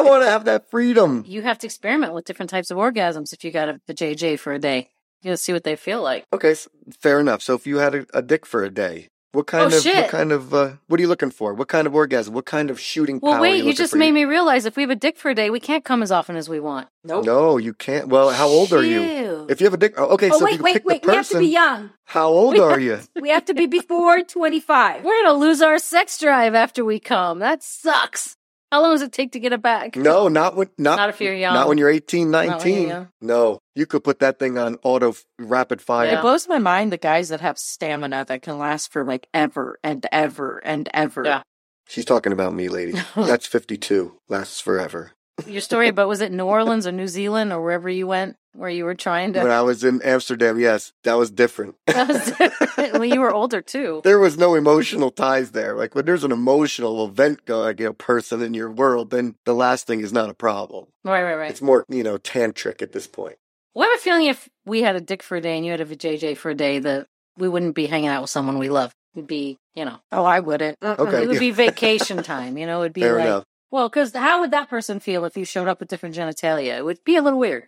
Speaker 3: want to have that freedom.
Speaker 1: You have to experiment with different types of orgasms if you got a, a JJ for a day. You gotta see what they feel like.
Speaker 3: Okay, s fair enough. So if you had a, a dick for a day, what kind
Speaker 1: Oh,
Speaker 3: of what
Speaker 1: shit.
Speaker 3: kind of uh, what are you looking for? What kind of orgasm? What kind of shooting
Speaker 1: Well,
Speaker 3: power? are
Speaker 1: wait, you
Speaker 3: looking
Speaker 1: just
Speaker 3: for?
Speaker 1: made me realize if we have a dick for a day, we can't come as often as we want.
Speaker 2: Nope.
Speaker 3: No, you can't. Well, how old are you?
Speaker 1: Shoot.
Speaker 3: If you have a dick, oh, okay.
Speaker 4: oh
Speaker 3: so if
Speaker 4: wait,
Speaker 3: you
Speaker 4: wait,
Speaker 3: pick
Speaker 4: wait!
Speaker 3: the
Speaker 4: We have to
Speaker 3: person,
Speaker 4: be young.
Speaker 3: how old are you?
Speaker 4: We have to be before twenty-five.
Speaker 1: We're gonna lose our sex drive after we come. That sucks. How long does it take to get it back?
Speaker 3: No, not when not,
Speaker 1: Not if you're young.
Speaker 3: Not when you're 18,
Speaker 1: when you're
Speaker 3: 19.
Speaker 1: young.
Speaker 3: No, you could put that thing on auto f- rapid fire.
Speaker 1: Yeah.
Speaker 2: It blows my mind the guys that have stamina that can last for like ever and ever and ever.
Speaker 1: Yeah.
Speaker 3: She's talking about
Speaker 1: *laughs*
Speaker 3: me, lady. That's 52. Lasts forever.
Speaker 1: *laughs* Your story about was it New Orleans or New Zealand or wherever you went where you were trying *laughs*
Speaker 3: When
Speaker 1: to.
Speaker 3: I was in Amsterdam, yes, that was different.
Speaker 1: That was- *laughs* well, you were older too.
Speaker 3: there was no emotional ties there. Like when there's an emotional event going, you know, person in your world, then the last thing is not a problem.
Speaker 1: Right, right, right.
Speaker 3: It's more, you know, tantric at this point.
Speaker 1: Well, I have a feeling if we had a dick for a day and you had a JJ for a day, that we wouldn't be hanging out with someone we love. We'd be, you know,
Speaker 2: Oh, I wouldn't.
Speaker 3: Okay.
Speaker 1: it would be vacation time. You know, it'd be
Speaker 3: Fair
Speaker 1: like, *laughs*
Speaker 3: enough. *laughs*
Speaker 1: well, because how would that person feel if you showed up with different genitalia? It would be a little weird.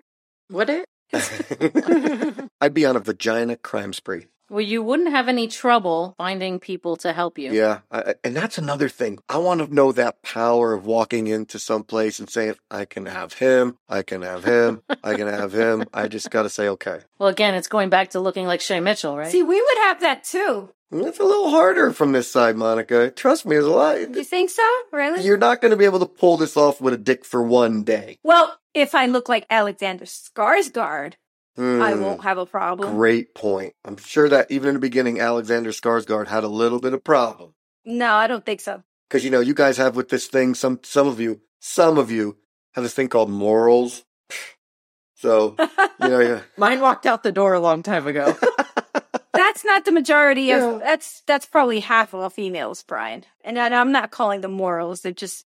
Speaker 2: Would it?
Speaker 3: I'd be on a vagina crime spree.
Speaker 1: Well, you wouldn't have any trouble finding people to help you.
Speaker 3: Yeah, I, I- and that's another thing. I want to know that power of walking into some place and saying, "I can have him, I can have him, I can have him." I just got to say, okay,
Speaker 1: Well, again, it's going back to looking like Shay Mitchell, right?
Speaker 4: See, we would have that too.
Speaker 3: And it's a little harder from this side, Monica. Trust me, it's a lot.
Speaker 4: You think so? Really?
Speaker 3: You're not going to be able to pull this off with a dick for one day.
Speaker 4: well, if I look like Alexander Skarsgård, I
Speaker 3: Hmm,
Speaker 4: won't have a problem.
Speaker 3: Great point. I'm sure that even in the beginning, Alexander Skarsgård had a little bit of problem.
Speaker 4: No, I don't think so.
Speaker 3: because you know you guys have with this thing some some of you some of you have this thing called morals *sighs* so you know
Speaker 4: *laughs*
Speaker 3: yeah.
Speaker 2: Mine walked out the door a long time *laughs* ago.
Speaker 4: That's not the majority of.
Speaker 3: Yeah.
Speaker 4: That's that's probably half of all females, Brian. And I, I'm not calling them morals. They're just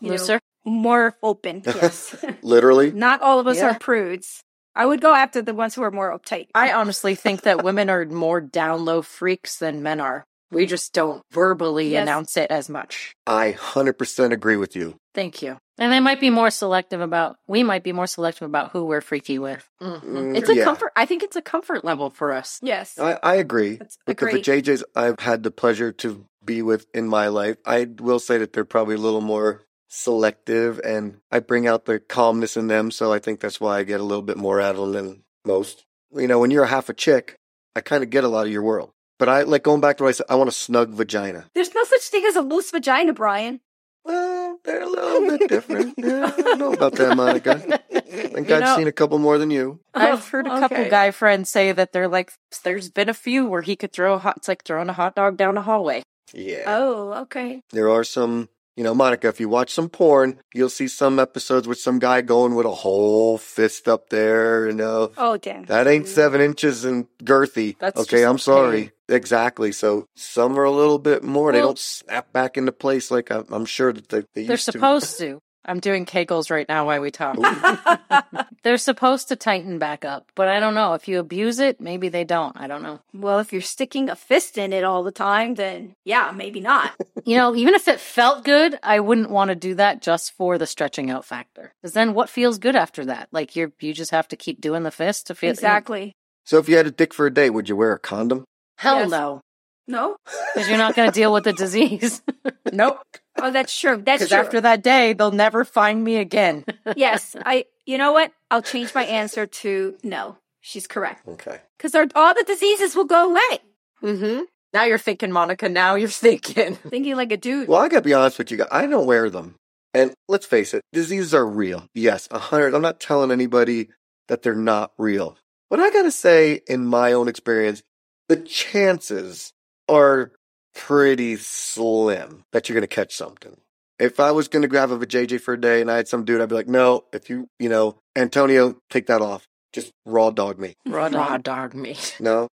Speaker 4: you know,
Speaker 1: Looser.
Speaker 4: more open. Yes. *laughs*
Speaker 3: literally
Speaker 4: not all of us
Speaker 2: Yeah.
Speaker 4: are prudes. I would go after the ones who are more uptight.
Speaker 2: I honestly think that women are more down low freaks than men are. We just don't verbally
Speaker 4: Yes.
Speaker 2: announce it as much.
Speaker 3: i 100% agree with you
Speaker 2: Thank you.
Speaker 1: And they might be more selective about, we might be more selective about who we're freaky with.
Speaker 3: Mm,
Speaker 2: It's a
Speaker 3: yeah.
Speaker 2: comfort. I think it's a comfort level for us.
Speaker 4: yes.
Speaker 3: i, I agree
Speaker 4: That's-
Speaker 3: with the
Speaker 4: agree.
Speaker 3: jjs i've had the pleasure to be with in my life i will say that they're probably a little more selective and i bring out the calmness in them so i think that's why i get a little bit more out of them than most you know when you're a half a chick i kind of get a lot of your world but i like going back to what i said i want a snug vagina
Speaker 4: There's no such thing as a loose vagina, Brian.
Speaker 3: Well, they're a little bit different. Yeah, I don't know about that, Monica. I think I've
Speaker 2: know-
Speaker 3: seen a couple more than you.
Speaker 2: *laughs*
Speaker 4: *laughs*
Speaker 2: I've heard a couple
Speaker 4: okay.
Speaker 2: guy friends say that they're like, there's been a few where he could throw a hot, it's like throwing a hot dog down a hallway.
Speaker 3: Yeah.
Speaker 4: Oh, okay.
Speaker 3: There are some, you know, Monica, if you watch some porn, you'll see some episodes with some guy going with a whole fist up there, you know.
Speaker 4: Oh, damn.
Speaker 3: That ain't seven inches and girthy.
Speaker 2: That's
Speaker 3: okay,
Speaker 2: just
Speaker 3: I'm sorry. Exactly. So some are a little bit more. they
Speaker 1: Well-
Speaker 3: don't snap back into place like I, I'm sure that they, they
Speaker 1: They're
Speaker 3: used to.
Speaker 1: supposed to.
Speaker 2: I'm doing kegels right now while we talk.
Speaker 1: *laughs* They're supposed to tighten back up, but I don't know. If you abuse it, maybe they don't. I don't know.
Speaker 4: well, if you're sticking a fist in it all the time, then yeah,
Speaker 2: *laughs*
Speaker 4: maybe not.
Speaker 1: You know, even if it felt good, I wouldn't want to do that just for the stretching out factor. Because then what feels good after that? Like you're, you just have to keep doing the fist to feel
Speaker 4: exactly.
Speaker 3: So if you had a dick for a day, would you wear a condom?
Speaker 1: Hell
Speaker 4: Yes.
Speaker 1: no,
Speaker 4: No?
Speaker 1: because you're not going to deal with the disease.
Speaker 2: *laughs*
Speaker 1: *laughs*
Speaker 2: nope. *laughs*
Speaker 4: Oh, that's true. That's
Speaker 2: Because
Speaker 4: true.
Speaker 2: after that day, they'll never find me again.
Speaker 4: yes. I, you know what? I'll change my answer to no. She's correct.
Speaker 3: Okay.
Speaker 4: Because all the diseases will go away.
Speaker 2: *laughs* Mm-hmm. Now you're thinking, Monica. Now you're *laughs* thinking.
Speaker 4: Thinking like a dude.
Speaker 3: Well, I gotta be honest with you guys. I don't wear them. And let's face it, diseases are real. Yes, a hundred. I'm not telling anybody that they're not real. But I gotta say, in my own experience, the chances are pretty slim that you're gonna catch something. If I was gonna grab a JJ for a day and I had some dude, I'd be like, no, if you, you know, Antonio, take that off. Just raw dog me.
Speaker 2: Raw
Speaker 1: dog.
Speaker 2: dog meat. *laughs*
Speaker 3: No,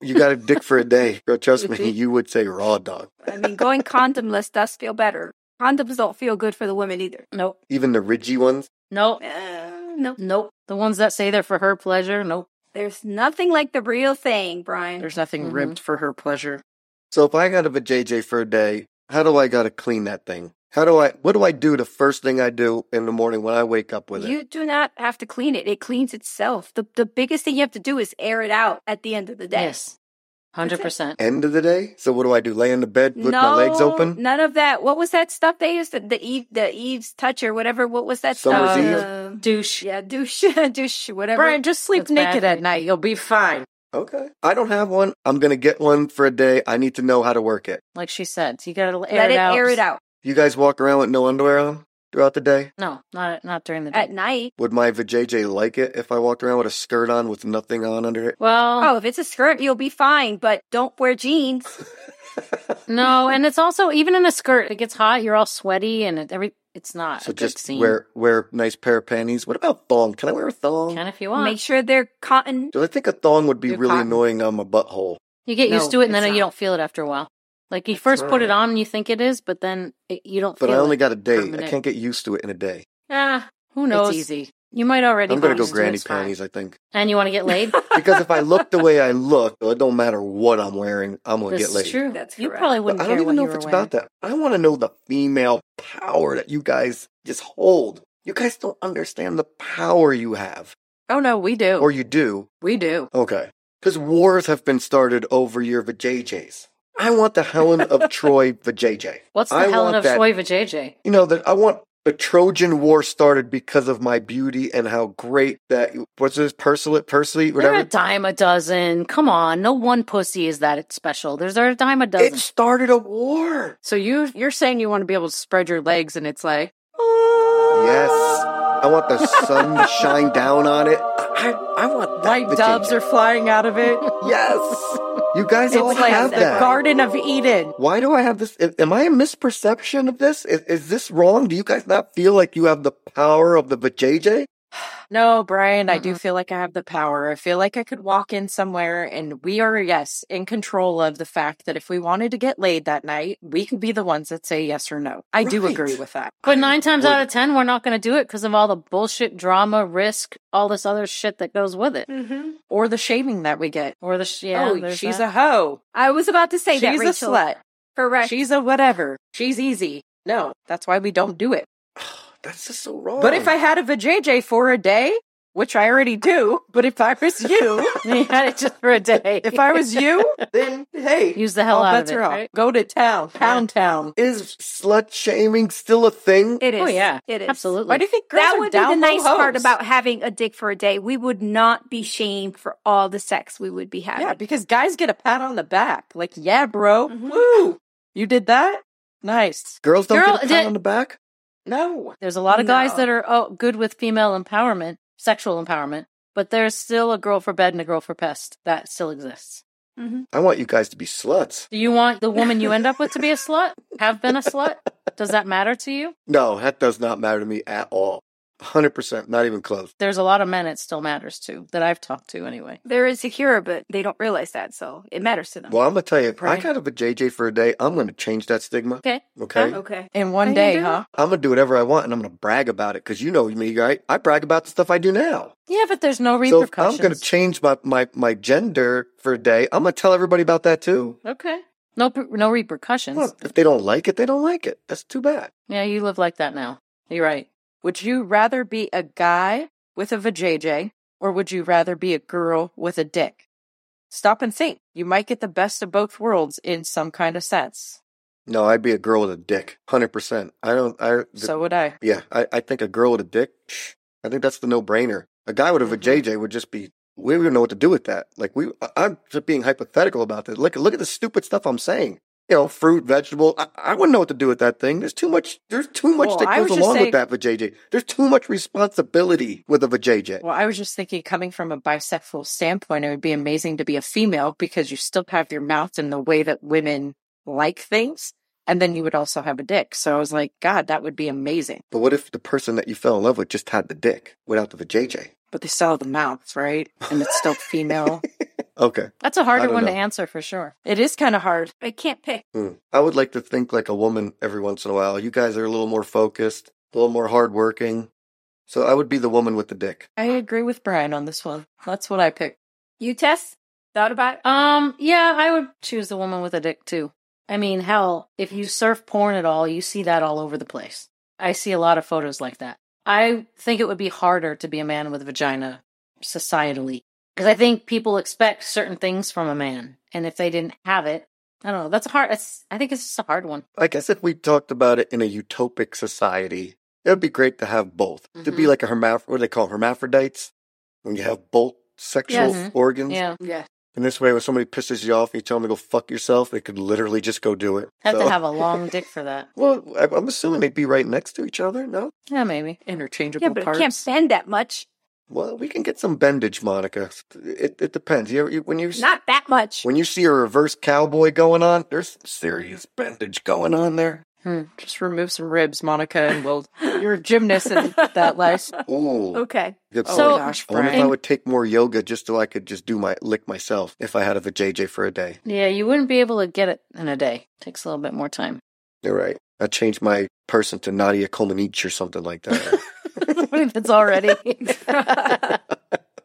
Speaker 3: you got a dick for a day. Girl, trust me, you would say raw dog.
Speaker 4: I mean, going condomless does feel better. Condoms don't feel good for the women either.
Speaker 1: nope,
Speaker 3: Even the ridgy ones.
Speaker 1: nope,
Speaker 4: Uh, no,
Speaker 1: nope. The ones that say they're for her pleasure, nope.
Speaker 4: there's nothing like the real thing, Brian.
Speaker 2: There's nothing
Speaker 1: Mhm.
Speaker 2: ribbed for her pleasure.
Speaker 3: So if I got a vajayjay for a day, how do I gotta clean that thing? How do I? What do I do? The first thing I do in the morning when I wake up with
Speaker 4: you
Speaker 3: it.
Speaker 4: do not have to clean it; it cleans itself. the The biggest thing you have to do is air it out at the end of the day.
Speaker 1: Yes, hundred percent.
Speaker 3: End of the day. So what do I do? Lay in the bed with
Speaker 4: no,
Speaker 3: my legs open.
Speaker 4: None of that. What was that stuff they used? To, the Eve, the Eve's touch or whatever. What was that
Speaker 3: Summer's
Speaker 4: stuff?
Speaker 3: Eve?
Speaker 4: Uh,
Speaker 1: Douche.
Speaker 4: yeah, douche, *laughs* douche, whatever.
Speaker 2: Brian, just sleep
Speaker 1: That's
Speaker 2: naked
Speaker 1: bad.
Speaker 2: at night. You'll be fine.
Speaker 3: Okay. I don't have one. I'm gonna get one for a day. I need to know how to work it.
Speaker 1: Like she said, you got to air
Speaker 4: let
Speaker 1: it,
Speaker 4: it
Speaker 1: out.
Speaker 4: air it out
Speaker 3: You guys walk around with no underwear on throughout the day.
Speaker 1: No, not not during the day.
Speaker 4: at night.
Speaker 3: Would my vajayjay like it if I walked around with a skirt on with nothing on under it?
Speaker 1: well,
Speaker 4: Oh, if it's a skirt, you'll be fine. But don't wear jeans.
Speaker 1: No, and it's also even in a skirt, it gets hot. You're all sweaty, and it, every it's not.
Speaker 3: So
Speaker 1: a good
Speaker 3: just
Speaker 1: scene.
Speaker 3: wear wear nice pair of panties. What about thong? Can I wear a thong?
Speaker 1: can if you want.
Speaker 4: Make sure they're cotton.
Speaker 3: Do I think a thong would be
Speaker 2: Your
Speaker 3: really
Speaker 2: cotton.
Speaker 3: annoying on my butthole?
Speaker 1: you get used
Speaker 2: No,
Speaker 1: to it, and then
Speaker 2: it's
Speaker 1: you
Speaker 2: not.
Speaker 1: don't feel it after a while. Like you first put it
Speaker 2: right.
Speaker 1: on, and you think it is, but then it, you don't.
Speaker 3: But
Speaker 1: feel
Speaker 3: I only
Speaker 1: it
Speaker 3: got a
Speaker 1: for
Speaker 3: day. I
Speaker 1: minute.
Speaker 3: can't get used to it in a day.
Speaker 1: Ah, who knows?
Speaker 2: It's easy.
Speaker 1: You might already.
Speaker 3: I'm gonna
Speaker 1: be
Speaker 3: go
Speaker 1: used to it,
Speaker 3: granny
Speaker 1: it's fine.
Speaker 3: panties. I think
Speaker 1: And you want to get laid?
Speaker 3: because if I look the way I look, it don't matter what I'm wearing. I'm gonna
Speaker 1: this
Speaker 3: get laid.
Speaker 1: is true.
Speaker 4: That's
Speaker 1: you
Speaker 4: correct.
Speaker 1: probably
Speaker 3: But
Speaker 1: wouldn't
Speaker 3: I
Speaker 1: care
Speaker 3: don't even
Speaker 1: what
Speaker 3: know
Speaker 1: you
Speaker 3: if
Speaker 1: were
Speaker 3: it's
Speaker 1: wearing.
Speaker 3: about that. I want to know the female power that you guys just hold. You guys don't understand the power you have,
Speaker 2: Oh no, we do.
Speaker 3: or you do.
Speaker 2: we do.
Speaker 3: Okay, Because wars have been started over your vajayjays. I want the
Speaker 1: *laughs*
Speaker 3: Helen of Troy vajayjay.
Speaker 1: What's the
Speaker 3: I
Speaker 1: Helen
Speaker 3: want
Speaker 1: of
Speaker 3: that-
Speaker 1: Troy vajayjay?
Speaker 3: You know that I want the Trojan War started because of my beauty and how great that what's this Persilet Persley
Speaker 1: They're
Speaker 3: whatever.
Speaker 1: a dime a dozen. Come on, no one pussy is that special. There's a dime a dozen.
Speaker 3: It started a war.
Speaker 2: So you you're saying you want to be able to spread your legs, and it's like
Speaker 3: Yes, I want the sun to shine down on it. I, I, I want that
Speaker 2: white doves
Speaker 3: vajayjay.
Speaker 2: are flying out of
Speaker 3: *laughs*
Speaker 2: it.
Speaker 3: Yes, you guys
Speaker 2: It's
Speaker 3: all
Speaker 2: like
Speaker 3: have
Speaker 2: the
Speaker 3: that.
Speaker 2: Garden of Eden.
Speaker 3: Why do I have this? a- Am I a misperception of this? Is, is this wrong? Do you guys not feel like you have the power of the vajayjay?
Speaker 2: No, Brian, I do feel like I have the power. I feel like I could walk in somewhere, and we are yes in control of the fact that if we wanted to get laid that night, we could be the ones that say yes or no. I do
Speaker 3: Right.
Speaker 2: agree with that.
Speaker 1: But nine times out of ten, we're not going to do it because of all the bullshit, drama, risk, all this other shit that goes with it.
Speaker 4: Mm-hmm.
Speaker 2: Or the shaming that we get.
Speaker 1: Or the sh- yeah,
Speaker 2: oh,
Speaker 1: there's
Speaker 2: she's
Speaker 1: that.
Speaker 2: a hoe.
Speaker 4: I was about to say
Speaker 2: She's
Speaker 4: that,
Speaker 2: a
Speaker 4: Rachel.
Speaker 2: slut.
Speaker 4: Correct.
Speaker 2: She's a whatever. She's easy. No, that's why we don't do it.
Speaker 3: That's just so wrong.
Speaker 2: But if I had a vajayjay for a day, which I already do, but if I was you,
Speaker 1: *laughs* a. you had it just for a day.
Speaker 2: if I was you, then hey,
Speaker 1: Use the hell
Speaker 2: all
Speaker 1: out
Speaker 2: bets
Speaker 1: of it.
Speaker 2: are off.
Speaker 1: right?
Speaker 2: Go to town, pound town.
Speaker 3: is slut shaming still a thing?
Speaker 4: it is.
Speaker 1: Oh yeah,
Speaker 4: It is.
Speaker 1: absolutely.
Speaker 2: Why do you think girls
Speaker 4: That
Speaker 2: are
Speaker 4: would be the
Speaker 2: down low
Speaker 4: nice part
Speaker 2: hoes?
Speaker 4: about having a dick for a day. We would not be shamed for all the sex we would be having.
Speaker 2: yeah, because guys get a pat on the back, like yeah, bro, woo, you did that, nice.
Speaker 3: Girls don't
Speaker 1: Girl,
Speaker 3: get a pat
Speaker 1: did-
Speaker 3: on the back.
Speaker 2: No,
Speaker 1: There's a lot of guys
Speaker 4: No.
Speaker 1: that are oh, good with female empowerment, sexual empowerment, but there's still a girl for bed and a girl for pest that still exists.
Speaker 3: I want you guys to be sluts.
Speaker 1: Do you want the woman you end up with to be a slut? Have been a slut? Does that matter to you?
Speaker 3: No, that does not matter to me at all. Hundred percent, not even close.
Speaker 1: There's a lot of men it still matters to that I've talked to anyway.
Speaker 4: They're insecure, but they don't realize that, so it matters to them.
Speaker 3: Well, I'm gonna tell you, if I
Speaker 1: Right.
Speaker 3: got a vajayjay for a day, I'm gonna change that stigma.
Speaker 1: Okay.
Speaker 3: Okay.
Speaker 4: Okay.
Speaker 2: in
Speaker 1: Are
Speaker 2: one
Speaker 1: you
Speaker 2: day,
Speaker 1: doing-
Speaker 2: huh?
Speaker 3: I'm gonna do whatever I want, and I'm gonna brag about it because you know me, right? I brag about the stuff I do now.
Speaker 1: Yeah, but there's no
Speaker 3: So if
Speaker 1: repercussions.
Speaker 3: I'm going to change my, my, my gender for a day, I'm going to tell everybody about that too.
Speaker 1: okay. No, per- no repercussions.
Speaker 3: Well, if they don't like it, they don't like it. That's too bad.
Speaker 1: Yeah, you live like that now. You're right.
Speaker 2: Would you rather be a guy with a vajayjay, or would you rather be a girl with a dick? Stop and think. You might get the best of both worlds in some kind of sense.
Speaker 3: No, I'd be a girl with a dick, hundred percent. I don't. I th-
Speaker 2: So would I.
Speaker 3: yeah, I, I think a girl with a dick. psh, I think that's the no brainer. A guy with a
Speaker 2: Mm-hmm.
Speaker 3: vajayjay would just be. We wouldn't know what to do with that. Like we, I- I'm just being hypothetical about this. Look, look at the stupid stuff I'm saying. You know, fruit, vegetable. I, I wouldn't know what to do with that thing. There's too much. There's too much
Speaker 2: Well,
Speaker 3: that
Speaker 2: I
Speaker 3: goes
Speaker 2: was just
Speaker 3: along with
Speaker 2: saying-
Speaker 3: that vajayjay. There's too much responsibility with a vajayjay.
Speaker 2: Well, I was just thinking, coming from a bisexual standpoint, it would be amazing to be a female because you still have your mouth in the way that women like things. And then you would also have a dick. So I was like, God, that would be amazing.
Speaker 3: But what if the person that you fell in love with just had the dick without the vajayjay?
Speaker 2: But they still have the mouths, right? And it's still female.
Speaker 3: Okay.
Speaker 1: That's a harder
Speaker 3: don't
Speaker 1: one to
Speaker 3: know.
Speaker 1: answer for sure.
Speaker 2: it is kind of hard.
Speaker 4: I can't pick.
Speaker 3: Hmm. I would like to think like a woman every once in a while. You guys are a little more focused, a little more hardworking. So I would be the woman with the dick.
Speaker 2: I agree with Brian on this one. That's what I picked.
Speaker 4: You Tess? Thought about it?
Speaker 1: Um, yeah, I would choose the woman with a dick too. I mean, hell, if you surf porn at all, you see that all over the place. I see a lot of photos like that. I think it would be harder to be a man with a vagina societally because I think people expect certain things from a man, and if they didn't have it, I don't know. That's a hard. It's, I think it's just a hard one.
Speaker 3: I guess if we talked about it in a utopic society, it would be great to have both. To
Speaker 1: Mm-hmm.
Speaker 3: be like a hermaphrodite, what do they call it, hermaphrodites? When you have both sexual
Speaker 1: Yes.
Speaker 3: organs.
Speaker 1: Yeah,
Speaker 2: Yeah.
Speaker 3: And this way, when somebody pisses you off and you tell them to go fuck yourself, they could literally just go do it.
Speaker 1: have
Speaker 3: So-
Speaker 1: to have a long dick for that.
Speaker 3: Well, I- I'm assuming they'd be right next to each other, no?
Speaker 1: Yeah, maybe.
Speaker 2: Interchangeable
Speaker 4: Yeah, but
Speaker 2: parts.
Speaker 4: it can't bend that much.
Speaker 3: Well, we can get some bendage, Monica. It it depends. You, you when you
Speaker 4: Not that much.
Speaker 3: when you see a reverse cowboy going on, there's some serious bendage going on
Speaker 2: *laughs*
Speaker 3: there.
Speaker 2: Just remove some ribs, Monica, and we'll. You're a gymnast in that life.
Speaker 3: Ooh,
Speaker 4: Okay.
Speaker 3: good
Speaker 2: Oh
Speaker 1: So-
Speaker 2: my gosh,
Speaker 3: point. I wonder if
Speaker 2: Brian.
Speaker 3: I would take more yoga just so I could just do my lick myself if I had a vajayjay for a day.
Speaker 1: Yeah, you wouldn't be able to get it in a day. Takes a little bit more time.
Speaker 3: You're right. I changed my person to Nadia Comaneci or something like that.
Speaker 1: what if it's already? *laughs* yeah,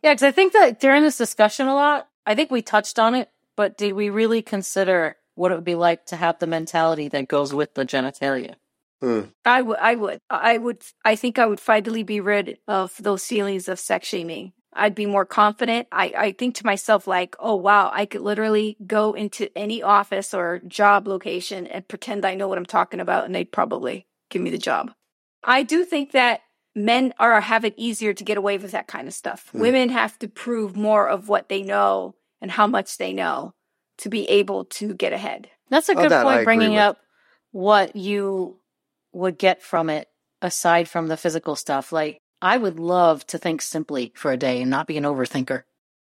Speaker 1: because I think that during this discussion a lot, I think we touched on it, but did we really consider what it would be like to have the mentality that goes with the genitalia?
Speaker 3: Hmm.
Speaker 4: I would I would I would I think I would finally be rid of those feelings of sex shaming. I'd be more confident. I, I think to myself, like, oh, wow, I could literally go into any office or job location and pretend I know what I'm talking about, and they'd probably give me the job. I do think that men are have it easier to get away with that kind of stuff.
Speaker 3: Hmm.
Speaker 4: Women have to prove more of what they know and how much they know to be able to get ahead.
Speaker 1: That's a
Speaker 3: Oh,
Speaker 1: good
Speaker 3: that I
Speaker 1: point,
Speaker 3: agree
Speaker 1: bringing
Speaker 3: with.
Speaker 1: up what you would get from it aside from the physical stuff. Like, I would love to think simply for a day and not be an overthinker.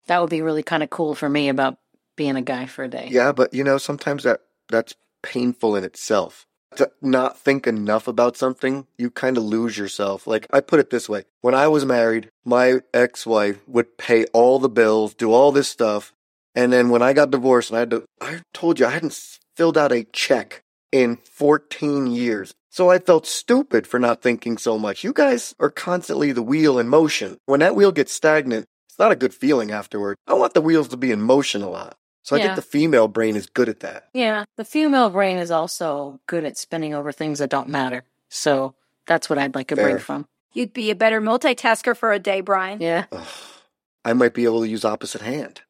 Speaker 1: That would be really kind of cool for me about being a guy for a day.
Speaker 3: Yeah, but you know, sometimes that that's painful in itself. To not think enough about something, you kind of lose yourself. Like I put it this way: when I was married, my ex-wife would pay all the bills, do all this stuff, and then when I got divorced, and I had to, I told you I hadn't s- filled out a check in 14 years. So I felt stupid for not thinking so much. You guys are constantly the wheel in motion. When that wheel gets stagnant, it's not a good feeling afterward. I want the wheels to be in motion a lot. So I
Speaker 1: Yeah.
Speaker 3: think the female brain is good at that.
Speaker 1: Yeah. The female brain is also good at spinning over things that don't matter. So that's what I'd like a
Speaker 3: Fair.
Speaker 1: break from.
Speaker 4: You'd be a better multitasker for a day,
Speaker 3: *laughs*
Speaker 4: Brian.
Speaker 1: Yeah.
Speaker 3: Ugh, I might be able to use opposite hand.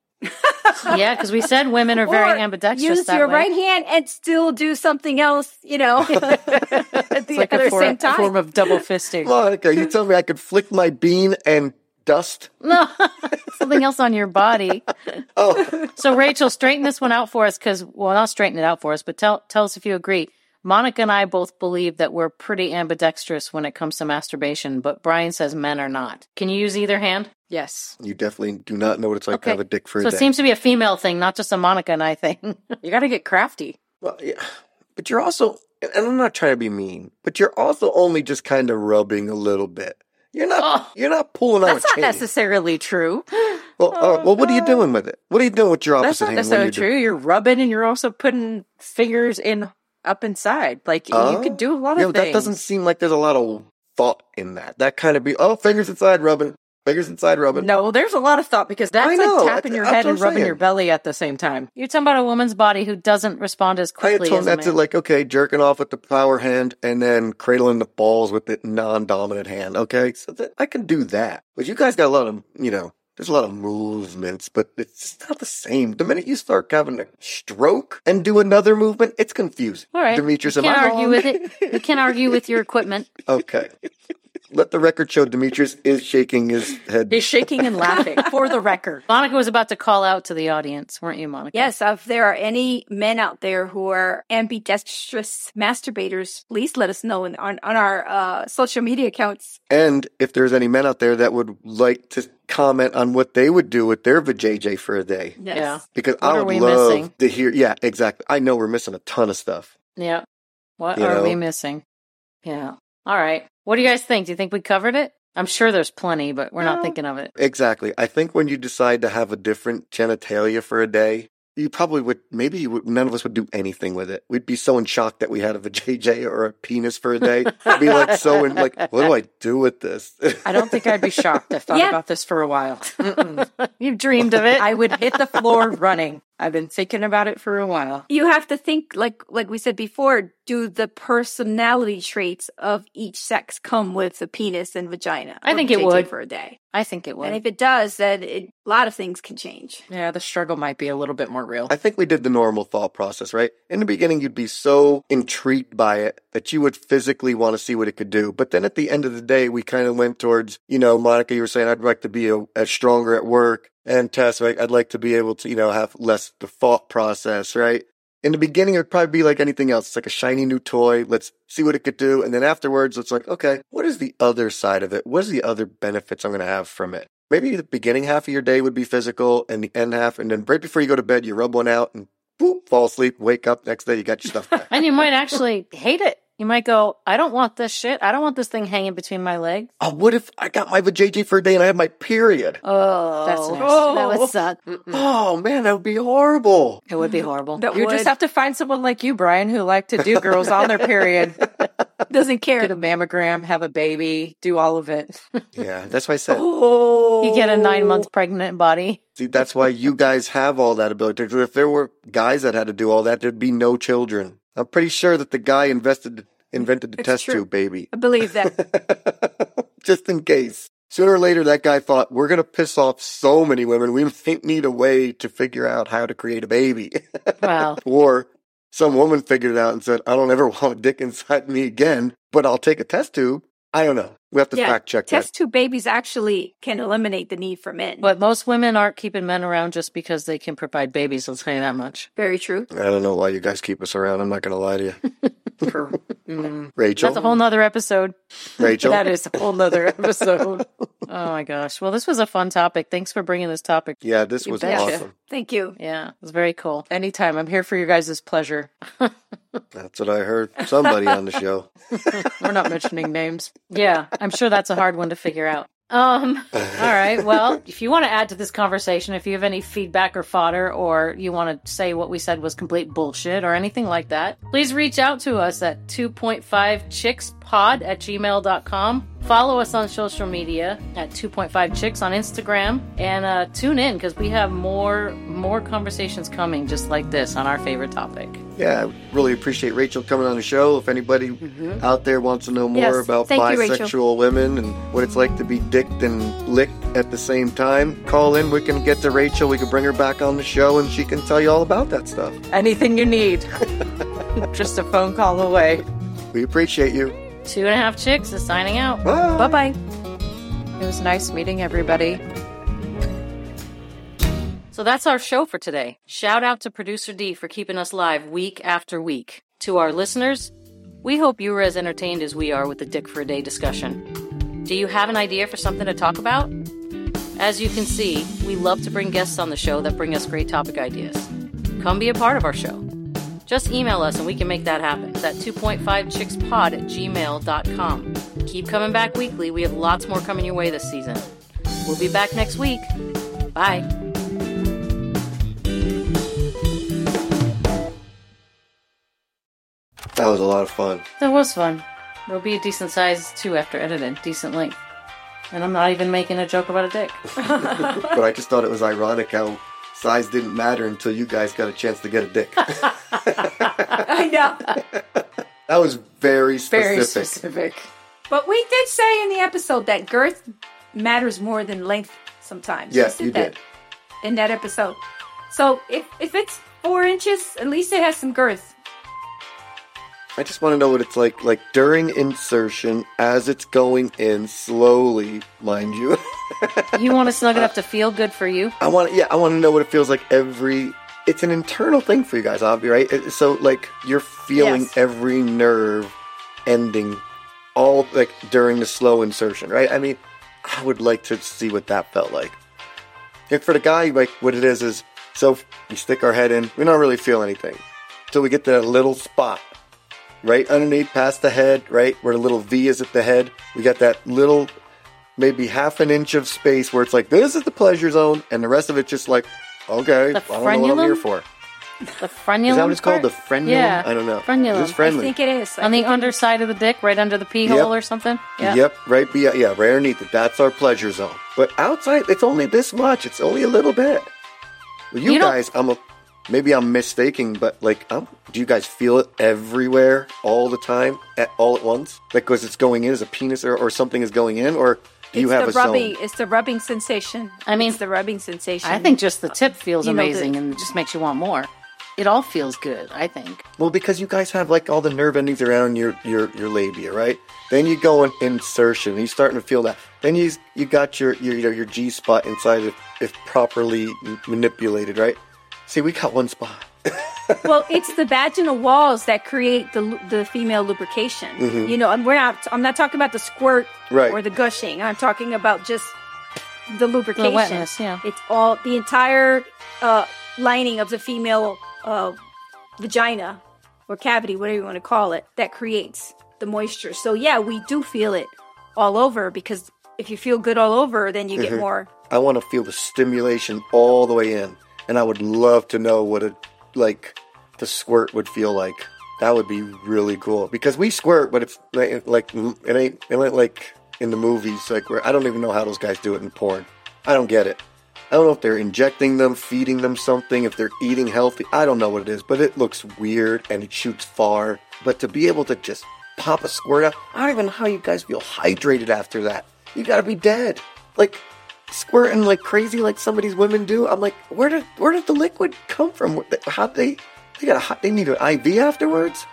Speaker 1: Yeah. Cause we said women are
Speaker 4: Or
Speaker 1: very ambidextrous.
Speaker 4: Use
Speaker 1: that
Speaker 4: your
Speaker 1: way.
Speaker 4: right hand and still do something else,
Speaker 1: *laughs*
Speaker 4: you know, *laughs* at the,
Speaker 1: It's like
Speaker 4: at
Speaker 1: a
Speaker 4: the
Speaker 1: for-
Speaker 4: same time.
Speaker 1: form of double fisting. *laughs*
Speaker 3: Monica, you tell me I could flick my bean and dust?
Speaker 1: No, *laughs* something else on your body.
Speaker 3: *laughs* Oh,
Speaker 1: So, Rachel, straighten this one out for us because, well, not straighten it out for us, but tell tell us if you agree. Monica and I both believe that we're pretty ambidextrous when it comes to masturbation, but Brian says men are not. Can you use either hand?
Speaker 2: Yes.
Speaker 3: you definitely do not know what it's like to
Speaker 1: Okay.
Speaker 3: have a dick for a
Speaker 1: So it
Speaker 3: day.
Speaker 1: seems to be a female thing, not just a Monica and I
Speaker 3: *laughs*
Speaker 1: thing. *laughs*
Speaker 2: You got to get crafty.
Speaker 3: Well, yeah, but you're also, and I'm not trying to be mean, but you're also only just kind of rubbing a little bit. You're not,
Speaker 1: Oh.
Speaker 3: you're not pulling out
Speaker 2: That's
Speaker 3: a
Speaker 2: not
Speaker 3: chain.
Speaker 2: necessarily true.
Speaker 3: Well, all right, well, what are you doing with it? What are you doing with
Speaker 2: *gasps*
Speaker 3: your
Speaker 2: Oh, That's
Speaker 3: opposite
Speaker 2: not
Speaker 3: hand?
Speaker 2: necessarily
Speaker 3: when you do-
Speaker 2: true. You're rubbing and you're also putting fingers in up inside. Like you
Speaker 3: Oh.
Speaker 2: could do a lot
Speaker 3: Yeah,
Speaker 2: of
Speaker 3: but that
Speaker 2: things.
Speaker 3: doesn't seem like there's a lot of thought in that. That kind of be, oh, fingers inside rubbing, fingers inside rubbing.
Speaker 2: No, there's a lot of thought because
Speaker 3: I
Speaker 2: that's
Speaker 3: know.
Speaker 2: like tapping your
Speaker 3: That's
Speaker 2: head
Speaker 3: what
Speaker 2: and
Speaker 3: I'm
Speaker 2: rubbing
Speaker 3: saying.
Speaker 2: your belly at the same time.
Speaker 1: You're talking about a woman's body who doesn't respond as
Speaker 3: I had
Speaker 1: quickly
Speaker 3: told
Speaker 1: as a
Speaker 3: that to
Speaker 1: man.
Speaker 3: like, okay, jerking off with the power hand and then cradling the balls with the non-dominant hand. Okay, so that I can do that. But you guys got a lot of, you know, there's a lot of movements, but it's just not the same. The minute you start having a stroke and do another movement, it's confusing.
Speaker 1: All right,
Speaker 3: Demetrius,
Speaker 1: you
Speaker 3: am
Speaker 1: can't
Speaker 3: I
Speaker 1: argue
Speaker 3: wrong?
Speaker 1: with it. You
Speaker 3: *laughs*
Speaker 1: can't argue with your equipment.
Speaker 3: okay. Let the record show Demetrius is shaking his head.
Speaker 2: He's shaking and laughing for the record.
Speaker 1: Monica was about to call out to the audience, weren't you, Monica?
Speaker 4: Yes, if there are any men out there who are ambidextrous masturbators, please let us know in, on, on our uh, social media accounts.
Speaker 3: And if there's any men out there that would like to comment on what they would do with their vajayjay for a day.
Speaker 4: Yes.
Speaker 1: Yeah.
Speaker 3: Because
Speaker 1: What
Speaker 3: I
Speaker 1: are
Speaker 3: would
Speaker 1: we
Speaker 3: love
Speaker 1: missing?
Speaker 3: to hear. Yeah, exactly. I know we're missing a ton of stuff.
Speaker 1: Yeah. What
Speaker 3: You
Speaker 1: are we
Speaker 3: know?
Speaker 1: missing? Yeah. All right. What do you guys think? Do you think we covered it? I'm sure there's plenty, but we're not
Speaker 4: No.
Speaker 1: thinking of it.
Speaker 3: Exactly. I think when you decide to have a different genitalia for a day, you probably would. Maybe you would, none of us would do anything with it. We'd be so in shock that we had a vajayjay or a penis for a day. We'd be like so in like, what do I do with this? *laughs*
Speaker 2: I don't think I'd be shocked. I thought
Speaker 4: Yeah.
Speaker 2: about this for a
Speaker 1: *laughs*
Speaker 2: while. Mm-mm.
Speaker 1: You've dreamed of
Speaker 2: *laughs*
Speaker 1: it.
Speaker 2: I would hit the floor running. I've been thinking about it for a while.
Speaker 4: You have to think like like we said before, do the personality traits of each sex come with the penis and vagina?
Speaker 1: I
Speaker 4: or
Speaker 1: think it
Speaker 4: JJ
Speaker 1: would.
Speaker 4: for a day.
Speaker 1: I think it would.
Speaker 4: And if it does, then it, a lot of things can change.
Speaker 2: Yeah, the struggle might be a little bit more real.
Speaker 3: I think we did the normal thought process, right? In the beginning, you'd be so intrigued by it that you would physically want to see what it could do. But then at the end of the day, we kind of went towards, you know, Monica, you were saying, I'd like to be a, a stronger at work. And Tess, right? I'd like to be able to, you know, have less the thought process, right? In the beginning, it'd probably be like anything else. It's like a shiny new toy. Let's see what it could do. And then afterwards, it's like, okay, what is the other side of it? What is the other benefits I'm going to have from it? Maybe the beginning half of your day would be physical and the end half. And then right before you go to bed, you rub one out and boop, fall asleep, wake up. Next day, you got your stuff
Speaker 1: *laughs*
Speaker 3: back.
Speaker 1: and you might actually hate it. You might go, I don't want this shit. I don't want this thing hanging between my legs.
Speaker 3: oh, what if I got my vajayjay for a day and I had my period?
Speaker 1: Oh,
Speaker 2: That's nasty.
Speaker 1: that would suck.
Speaker 3: Oh man, that would be horrible.
Speaker 1: It would be horrible.
Speaker 4: That
Speaker 2: You
Speaker 4: would,
Speaker 2: just have to find someone like you, Brian, who like to do girls on their period,
Speaker 4: doesn't
Speaker 2: get
Speaker 4: care.
Speaker 2: a mammogram, have a baby, do all of it.
Speaker 3: Yeah, that's why I said.
Speaker 4: Oh,
Speaker 1: You get a nine month pregnant body.
Speaker 3: See, that's why
Speaker 4: *laughs*
Speaker 3: you guys have all that ability. 'Cause If there were guys that had to do all that, there'd be no children. I'm pretty sure that the guy invested invented the
Speaker 4: It's
Speaker 3: test
Speaker 4: true.
Speaker 3: tube baby,
Speaker 4: I believe that.
Speaker 3: *laughs* just in case. Sooner or later, that guy thought, we're going to piss off so many women. We *laughs* might need a way to figure out how to create a baby. *laughs*
Speaker 1: *laughs* Wow.
Speaker 3: or some woman figured it out and said, I don't ever *laughs* want a dick inside me again, but I'll take a test tube. I don't know. We have to
Speaker 4: Yeah,
Speaker 3: fact check that.
Speaker 4: Test tube babies actually can eliminate the need for
Speaker 1: *laughs*
Speaker 4: men.
Speaker 1: But most women aren't keeping men around just because they can provide babies, I'll tell you that much.
Speaker 4: Very true.
Speaker 3: I don't know why you guys keep us around. I'm not going to lie to
Speaker 4: *laughs*
Speaker 3: you. *laughs* Rachel.
Speaker 4: mm,
Speaker 1: That's a whole nother episode.
Speaker 3: Rachel.
Speaker 1: That is a whole nother episode. *laughs* oh my gosh. Well, this was a fun topic. Thanks for bringing this topic.
Speaker 3: yeah, this was
Speaker 1: betcha.
Speaker 3: awesome. *laughs*
Speaker 4: Thank you.
Speaker 1: Yeah, it was very cool. Anytime. I'm here for your guys' pleasure.
Speaker 3: That's what I heard. Somebody on the show.
Speaker 1: We're not mentioning names. *laughs* Yeah, I'm sure that's a hard one to figure out. Um, all right. Well, if you want to add to this conversation, if you have any feedback or fodder, or you want to say what we said was complete bullshit or anything like that, please reach out to us at 2.5chickspod at gmail.com. Follow us on social media at 2.5chicks on Instagram and uh, tune in because we have more more conversations coming just like this on our favorite topic.
Speaker 3: Yeah, I really appreciate Rachel coming on the show. If anybody out there wants to know more
Speaker 4: Yes.
Speaker 3: about
Speaker 4: Thank you, Rachel.
Speaker 3: bisexual women and what it's like to be dicked and licked at the same time, call in. We can get to Rachel. We can bring her back on the show and she can tell you all about that stuff.
Speaker 2: Anything you
Speaker 1: *laughs*
Speaker 2: need, just a phone call away.
Speaker 3: We appreciate you.
Speaker 1: Two and a half chicks is signing out.
Speaker 3: Bye.
Speaker 4: Bye bye.
Speaker 2: It was nice meeting everybody.
Speaker 1: So that's our show for today. Shout out to producer D for keeping us live week after week. To our listeners, we hope you were as entertained as we are with the Dick for a Day discussion. Do you have an idea for something to talk about? As you can see, we love to bring guests on the show that bring us great topic ideas. Come be a part of our show. Just email us and we can make that happen. It's at 2.5chickspod at gmail.com. Keep coming back weekly. We have lots more coming your way this season. We'll be back next week. Bye.
Speaker 3: That was a lot of fun.
Speaker 1: That was fun. It'll be a decent size too after edited, decent length. And I'm not even making a joke about a *laughs* dick.
Speaker 3: but I just thought it was ironic how size didn't matter until you guys got a chance to get a dick.
Speaker 4: I know.
Speaker 3: That was very specific.
Speaker 2: Very specific.
Speaker 4: But we did say in the episode that girth matters more than length sometimes.
Speaker 3: Yeah,
Speaker 4: We said
Speaker 3: you
Speaker 4: that
Speaker 3: did.
Speaker 4: In that episode. So if, if it's four inches, at least it has some girth.
Speaker 3: I just want to know what it's like, like during insertion, as it's going in slowly, mind you. *laughs*
Speaker 1: you want to snug it up to feel good for you?
Speaker 3: I want, yeah, I want to know what it feels like every. It's an internal thing for you guys, Avi, right? It- So like you're feeling
Speaker 4: Yes.
Speaker 3: every nerve ending, all like during the slow insertion, right? I mean, I would like to see what that felt like. Like for the guy, like what it is is so we stick our head in, we don't really feel anything till we get to that little spot right underneath past the head, right where the little V is at the head. We got that little maybe half an inch of space where it's like this is the pleasure zone, and the rest of it's just like okay,
Speaker 1: The
Speaker 3: I don't know what I'm here
Speaker 1: frenulum?
Speaker 3: for.
Speaker 1: The frenulum.
Speaker 3: Is that what it's called? The
Speaker 1: part?
Speaker 3: frenulum?
Speaker 1: Yeah.
Speaker 3: I don't know.
Speaker 1: Frenulum.
Speaker 3: Is this friendly?
Speaker 4: I think it is. I
Speaker 1: On the
Speaker 4: think it is.
Speaker 1: underside of the dick, right under the pee
Speaker 3: Yep.
Speaker 1: hole or something? Yeah.
Speaker 3: Yep, right be yeah, right underneath it. That's our pleasure zone. But outside, it's only this much. It's only a little bit. Well, you,
Speaker 1: You don't-
Speaker 3: guys, I'm a maybe I'm mistaking, but like, I'm, do you guys feel it everywhere, all the time, at all at once? Like, because it's going in as a penis or, or something is going in, or do you
Speaker 4: it's
Speaker 3: have
Speaker 4: the
Speaker 3: a
Speaker 4: rubbing.
Speaker 3: zone?
Speaker 4: It's the rubbing sensation.
Speaker 1: I mean-
Speaker 4: it's the rubbing sensation.
Speaker 1: I think just the tip feels
Speaker 4: You know, the-
Speaker 1: amazing and just makes you want more. It all feels good, I think.
Speaker 3: Well, because you guys have like all the nerve endings around your your your labia, right? Then you go in insertion, and you're starting to feel that. Then you you got your your your, your G spot inside if, if properly manipulated, right? See, we got one spot.
Speaker 4: well, it's the vaginal walls that create the lu- the female lubrication. You know, and we're not. I'm not talking about the squirt
Speaker 3: Mm-hmm. Right.
Speaker 4: or the gushing. I'm talking about just the lubrication.
Speaker 1: wetness, yeah.
Speaker 4: It's all the entire uh, lining of the female uh, vagina or cavity, whatever you want to call it, that creates the moisture. So yeah, we do feel it all over because if you feel good all over, then you
Speaker 3: Mm-hmm.
Speaker 4: get more.
Speaker 3: I want to feel the stimulation all the way in, and I would love to know what a like the squirt would feel like. That would be really cool because we squirt, but it's like, like it ain't it ain't like in the movies like where I don't even know how those guys do it in porn. I don't get it. I don't know if they're injecting them, feeding them something, if they're eating healthy. I don't know what it is, but it looks weird and it shoots far. But to be able to just pop a squirt out, I don't even know how you guys feel hydrated after that. you gotta be dead. Like squirting like crazy, like some of these women do. I'm like, where did where did the liquid come from? Where- How they they got a hot, they need an IV afterwards.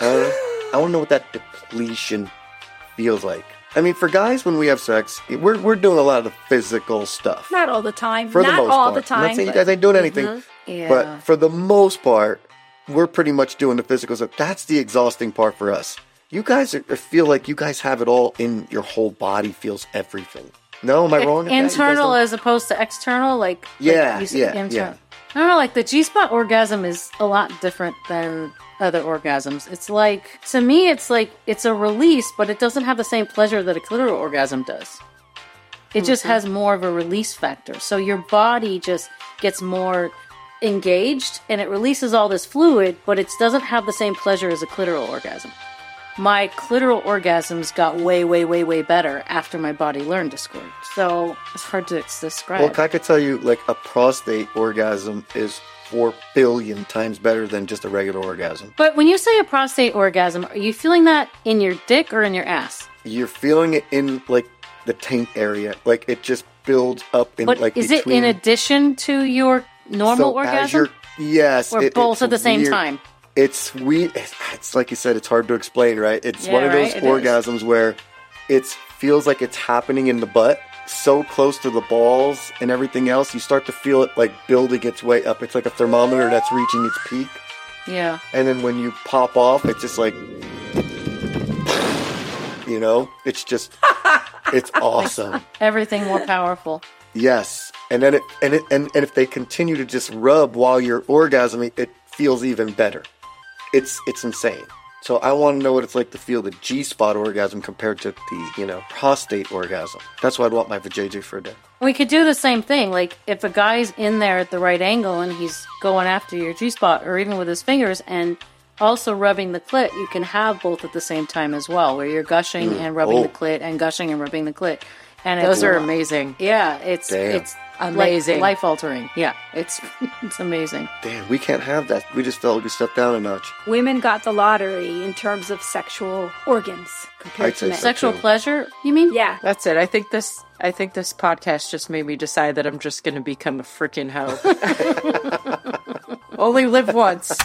Speaker 3: Uh, I want to know what that depletion feels like. I mean, for guys, when we have sex, we're we're doing a lot of physical stuff.
Speaker 4: Not all the time.
Speaker 3: for
Speaker 4: Not
Speaker 3: the most
Speaker 4: all
Speaker 3: part.
Speaker 4: the
Speaker 3: I'm
Speaker 4: time.
Speaker 3: not saying you
Speaker 4: but-
Speaker 3: guys ain't doing anything,
Speaker 2: Yeah.
Speaker 3: but for the most part, we're pretty much doing the physical stuff. That's the exhausting part for us. You guys are, feel like you guys have it all in your whole body, feels everything. No, am I wrong? with that? You guys
Speaker 1: E-, internal
Speaker 3: don't-
Speaker 1: as opposed to external, like like
Speaker 3: Yeah,
Speaker 1: you said,
Speaker 3: yeah,
Speaker 1: internal. I don't know, like the G spot orgasm is a lot different than other orgasms. It's like to me, it's like it's a release, but it doesn't have the same pleasure that a clitoral orgasm does. It just has more of a release factor. So your body just gets more engaged and it releases all this fluid, but it doesn't have the same pleasure as a clitoral orgasm. My clitoral orgasms got way, way, way, way better after my body learned to squirt. So it's hard to describe.
Speaker 3: Well, I could tell you, like, a prostate orgasm is four billion times better than just a regular orgasm.
Speaker 1: But when you say a prostate orgasm, are you feeling that in your dick or in your ass?
Speaker 3: You're feeling it in, like, the taint area. Like, it just builds up in,
Speaker 1: But
Speaker 3: like,
Speaker 1: is
Speaker 3: between.
Speaker 1: it in addition to your normal
Speaker 3: So as
Speaker 1: orgasm?
Speaker 3: you're- Yes,
Speaker 1: Or
Speaker 3: it-
Speaker 1: both
Speaker 3: it's
Speaker 1: at the same
Speaker 3: weird.
Speaker 1: time?
Speaker 3: It's sweet. It's, it's like you said. It's hard to explain, right? It's
Speaker 1: Yeah,
Speaker 3: one of those
Speaker 1: right, it is.
Speaker 3: orgasms where it feels like it's happening in the butt, so close to the balls and everything else. You start to feel it like building its way up. It's like a thermometer that's reaching its peak,
Speaker 1: Yeah.
Speaker 3: and then when you pop off, it's just like, you know, it's just,
Speaker 1: *laughs*
Speaker 3: it's awesome.
Speaker 1: Everything more powerful.
Speaker 3: Yes, and then it and it and, and if they continue to just rub while you're orgasming, it feels even better. It's it's insane. So I want to know what it's like to feel the G spot orgasm compared to the you know prostate orgasm. That's why I'd want my vajayjay for a day.
Speaker 1: We could do the same thing. Like if a guy's in there at the right angle and he's going after your G spot or even with his fingers and also rubbing the clit, you can have both at the same time as well, where you're gushing and rubbing
Speaker 3: Oh.
Speaker 1: the clit and gushing and rubbing the clit. And
Speaker 2: Those
Speaker 1: it's,
Speaker 2: are amazing.
Speaker 1: yeah, it's
Speaker 3: Damn.
Speaker 1: it's
Speaker 2: Amazing.
Speaker 1: life altering. Yeah, it's *laughs* it's amazing.
Speaker 3: Damn, we can't have that. We just felt like we stepped down a notch.
Speaker 4: Women got the lottery in terms of sexual organs compared
Speaker 3: I'd
Speaker 4: to
Speaker 3: say
Speaker 4: men.
Speaker 3: so.
Speaker 1: Sexual
Speaker 3: too.
Speaker 1: pleasure, you mean?
Speaker 4: Yeah.
Speaker 2: That's it. I think this. I think this podcast just made me
Speaker 1: *laughs*
Speaker 2: decide that I'm just going to become a freaking hoe. Only live once.